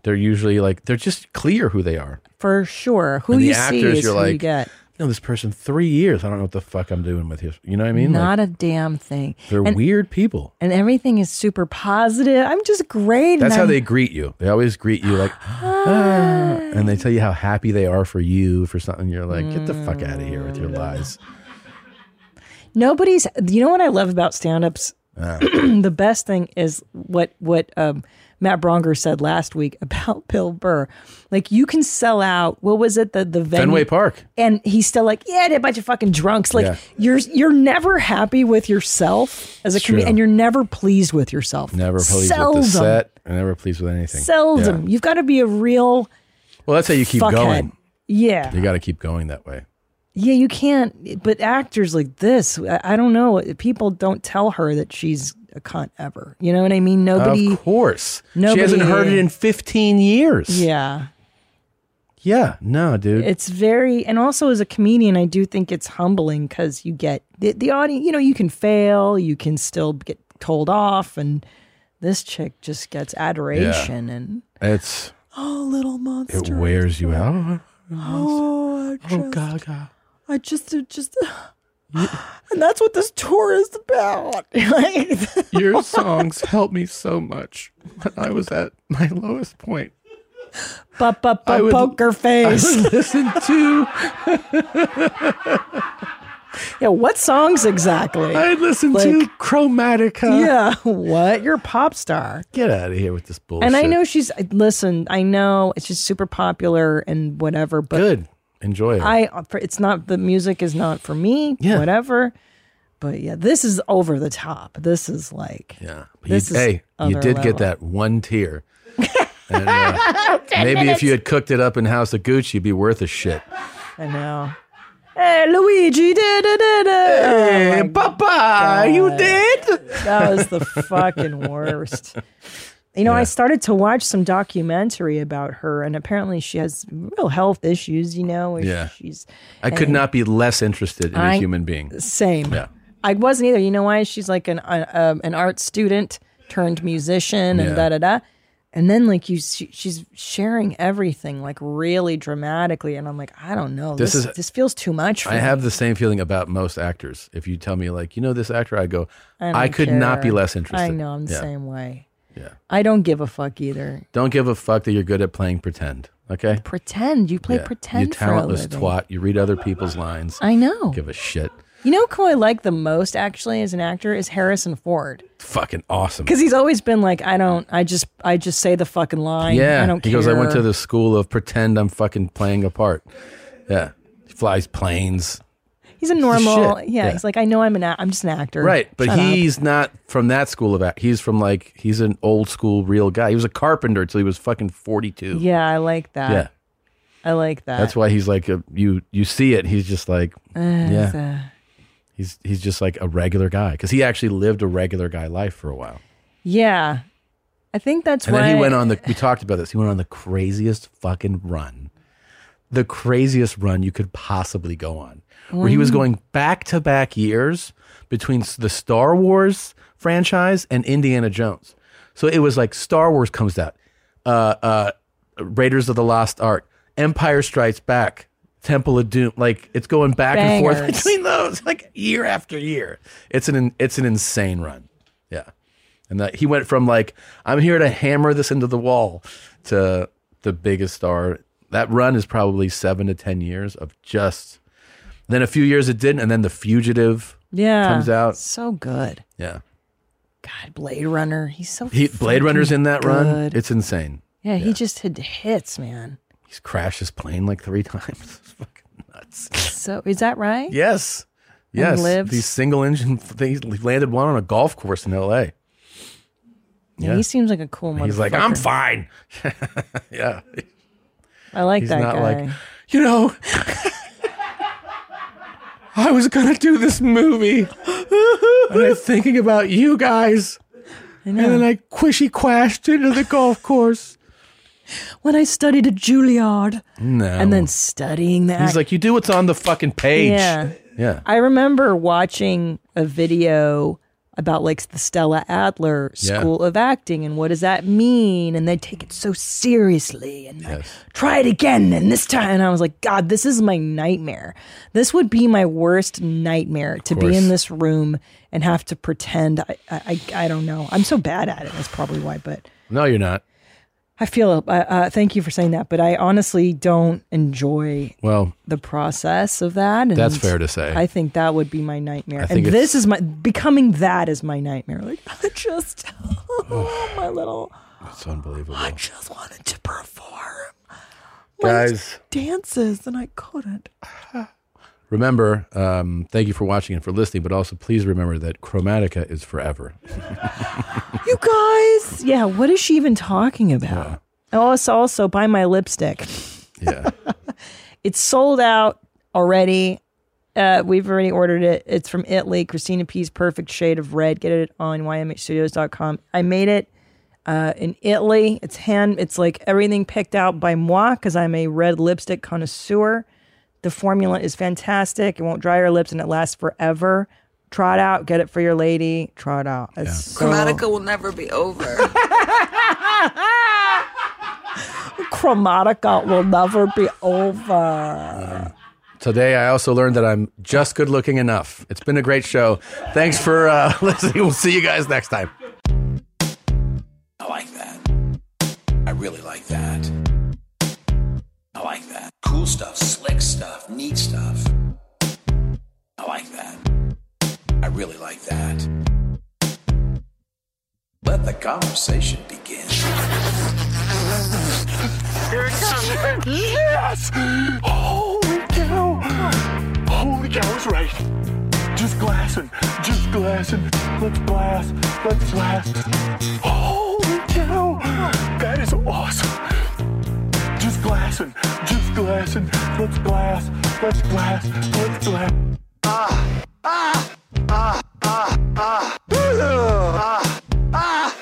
they're usually like they're just clear who they are. for sure. Who And the you see actors, is you're who you like, get. You know, this person three years. I don't know what the fuck I'm doing with his. You know what I mean? Not like, a damn thing. they're and, weird people. And everything is super positive. I'm just great. and That's how I'm- they greet you. They always greet you like, "Ah," and they tell you how happy they are for you for something. You're like, get the fuck out of here with your lies. Nobody's. You know what I love about stand-ups? Ah. the best thing is what what um, Matt Bronger said last week about Bill Burr. Like you can sell out. What was it? The the venue, Fenway Park. and he's still like, yeah, they're a bunch of fucking drunks. Like Yeah. you're you're never happy with yourself as a It's true. comedian, and you're never pleased with yourself. Never pleased Seldom. with the set. I never pleased with anything. Seldom. Yeah. You've got to be a real Well, that's how you keep fuckhead. going. Yeah. You got to keep going that way. Yeah, you can't. But actors like this, I, I don't know. People don't tell her that she's a cunt ever. You know what I mean? Nobody. of course. nobody- she hasn't heard it in 15 years. Yeah, Yeah. No, dude. it's very. And also, as a comedian, I do think it's humbling because you get the, the audience. You know, you can fail, you can still get told off, and this chick just gets adoration and it's oh, little monster. it wears you out. Oh, I just, Gaga. I just, it just, uh, and that's what this tour is about. Like, Your songs helped me so much when I was at my lowest point. bu- bu- bu- I would- poker face. I would listen to. yeah, what songs exactly? I'd listen to Chromatica. Yeah, what? You're a pop star. Get out of here with this bullshit. And I know she's listen. I know it's just super popular and whatever. But Good. Enjoy it. I, it's not the music is not for me. Yeah. whatever. But yeah, this is over the top. This is like yeah. But this you, is hey, you other did level. get that one tear. And, uh, maybe if you had cooked it up in House of Gucci, you'd be worth a shit. I know. Hey, Luigi. Da, da, da, da. Hey, Oh my Papa, you God. did? That was the fucking worst. You know, I started to watch some documentary about her, and apparently she has real health issues, you know. where Yeah. She's, I could and not be less interested in a I- human being. Same. Yeah. I wasn't either. You know why? She's like an uh, um, an art student turned musician Yeah. and da da da. And then like you, she, she's sharing everything like really dramatically, and I'm like, I don't know. This This is- this, feels too much. For I me. have the same feeling about most actors. If you tell me like, you know, this actor, I go, I, I, don't could not be care. less interested. I know I'm the Yeah. same way. Yeah. I don't give a fuck either. Don't give a fuck that you're good at playing pretend. Okay. Pretend you play Yeah. pretend. You talentless for a living. twat. You read other people's lines. I know. Give a shit. You know who I like the most actually as an actor is Harrison Ford Fucking awesome. because he's always been like, I don't, I just, I just say the fucking line. yeah. I don't he care. goes, I went to the school of pretend I'm fucking playing a part. Yeah. He flies planes. He's a normal. shit. Yeah, Yeah. he's like, I know I'm an, a- I'm just an actor. Right, but Shut up. he's not from that school of act. He's from like he's an old school real guy. He was a carpenter till he was fucking forty two. Yeah, I like that. Yeah. I like that. that's why he's like a, you. You see it. He's just like Uh, it's, yeah. uh, He's he's just like a regular guy because he actually lived a regular guy life for a while. yeah. I think that's and why. then he went on the. We talked about this. He went on the craziest fucking run, the craziest run you could possibly go on, where he was Wow. going back to back years between s- the Star Wars franchise and Indiana Jones. So it was like Star Wars comes out, uh, uh, Raiders of the Lost Ark, Empire Strikes Back, Temple of Doom. Like it's going back and forth Bangers. between those, like year after year. It's an it's an insane run. Yeah. And that he went from like, I'm here to hammer this into the wall to the biggest star. That run is probably seven to 10 years of just, then a few years it didn't. And then The Fugitive Yeah, comes out. So good. Yeah. God, Blade Runner. He's so. He, Blade Runner's freaking in that run. good. It's insane. yeah, he just hit hits, man. He's crashed his plane like three times. It's fucking nuts. So is that right? Yes. And Yes. lives. These single engine things he landed one on a golf course in LA. Yeah, he seems like a cool He's like, I'm motherfucker." fine. yeah. I like He's that not guy. like, you know, I was going to do this movie. and I'm thinking about you guys. And then I quishy quashed into the golf course. when I studied at Juilliard. No. And then studying that. He's like, you do what's on the fucking page. Yeah. Yeah. I remember watching a video about like the Stella Adler Yeah. School of Acting and what does that mean? And they take it so seriously and like, try it again and this time. And I was like, God, this is my nightmare. This would be my worst nightmare to be course. in this room and have to pretend. I, I, I I don't know. I'm so bad at it. That's probably why. But No, you're not. I feel. Uh, uh, thank you for saying that, but I honestly don't enjoy Well, the process of that. And That's fair to say. I think that would be my nightmare. Eh. think And it's- this is my becoming that is my nightmare. Like just oh, my little it's unbelievable. I just wanted to perform Guys, dances and I couldn't. remember, um, thank you for watching and for listening, but also please remember that Chromatica is forever. You guys, yeah. What is she even talking about? Oh, it's also buy my lipstick. Yeah. it's sold out already. Uh, we've already ordered it. It's from Italy, Christina P's Perfect Shade of Red. Get it on ymhstudios.com. I made it uh, in Italy. It's hand. It's like everything picked out by moi because I'm a red lipstick connoisseur. The formula is fantastic. It won't dry your lips and it lasts forever. Try it out. Get it for your lady. Try it out. It's so- Chromatica will never be over. Chromatica will never be over. Today, I also learned that I'm just good looking enough. It's been a great show. Thanks for uh, listening. We'll see you guys next time. I like that. I really like that. I like that. Cool stuff, slick stuff, neat stuff. I like that. I really like that. Let the conversation begin. Here it comes. Yes! Holy cow! Holy cow is right. Just glassing, just glassing. Let's blast, let's blast. Holy cow! That is awesome. Just glassing, just glassing. Let's blast, let's blast, let's blast. Ah, ah, ah, ah, ah. Ah,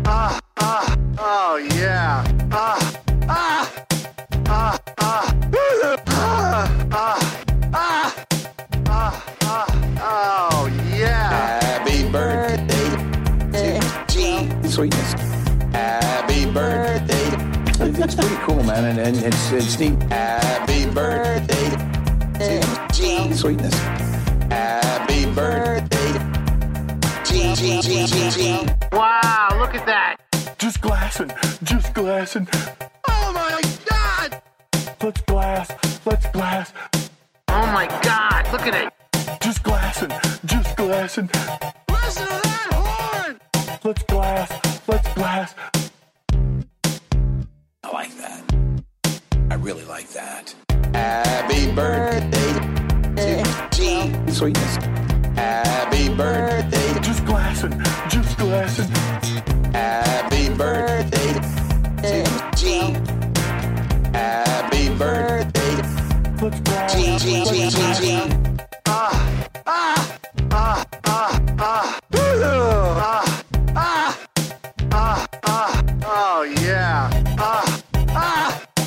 ah, ah, ah. Oh yeah. Ah, ah, ah, ah. Ah, ah, ah. Oh, yeah. Happy birthday to G. Sweetness. Happy birthday. and, and it's, it's neat. Happy birthday to Gene. Sweetness. Happy birthday Gene, Gene, Gene, Gene, Gene. Wow, look at that. Just glassing, just glassing. Oh my God! Let's glass, let's glass. Oh my god, look at it. Just glassing, just glassing. Listen to that horn! Let's glass, let's glass. I like that. I really like that. Happy birthday to Gene. Sweetness. Happy birthday. Just glassing, just glassing. Happy birthday to Gene. Happy birthday. Let's glass. Gene, Gene, Gene, Gene, Gene. Ah, ah, ah, ah, ah. Ah, ah, ah, ah. Oh, yeah. Ah, ah.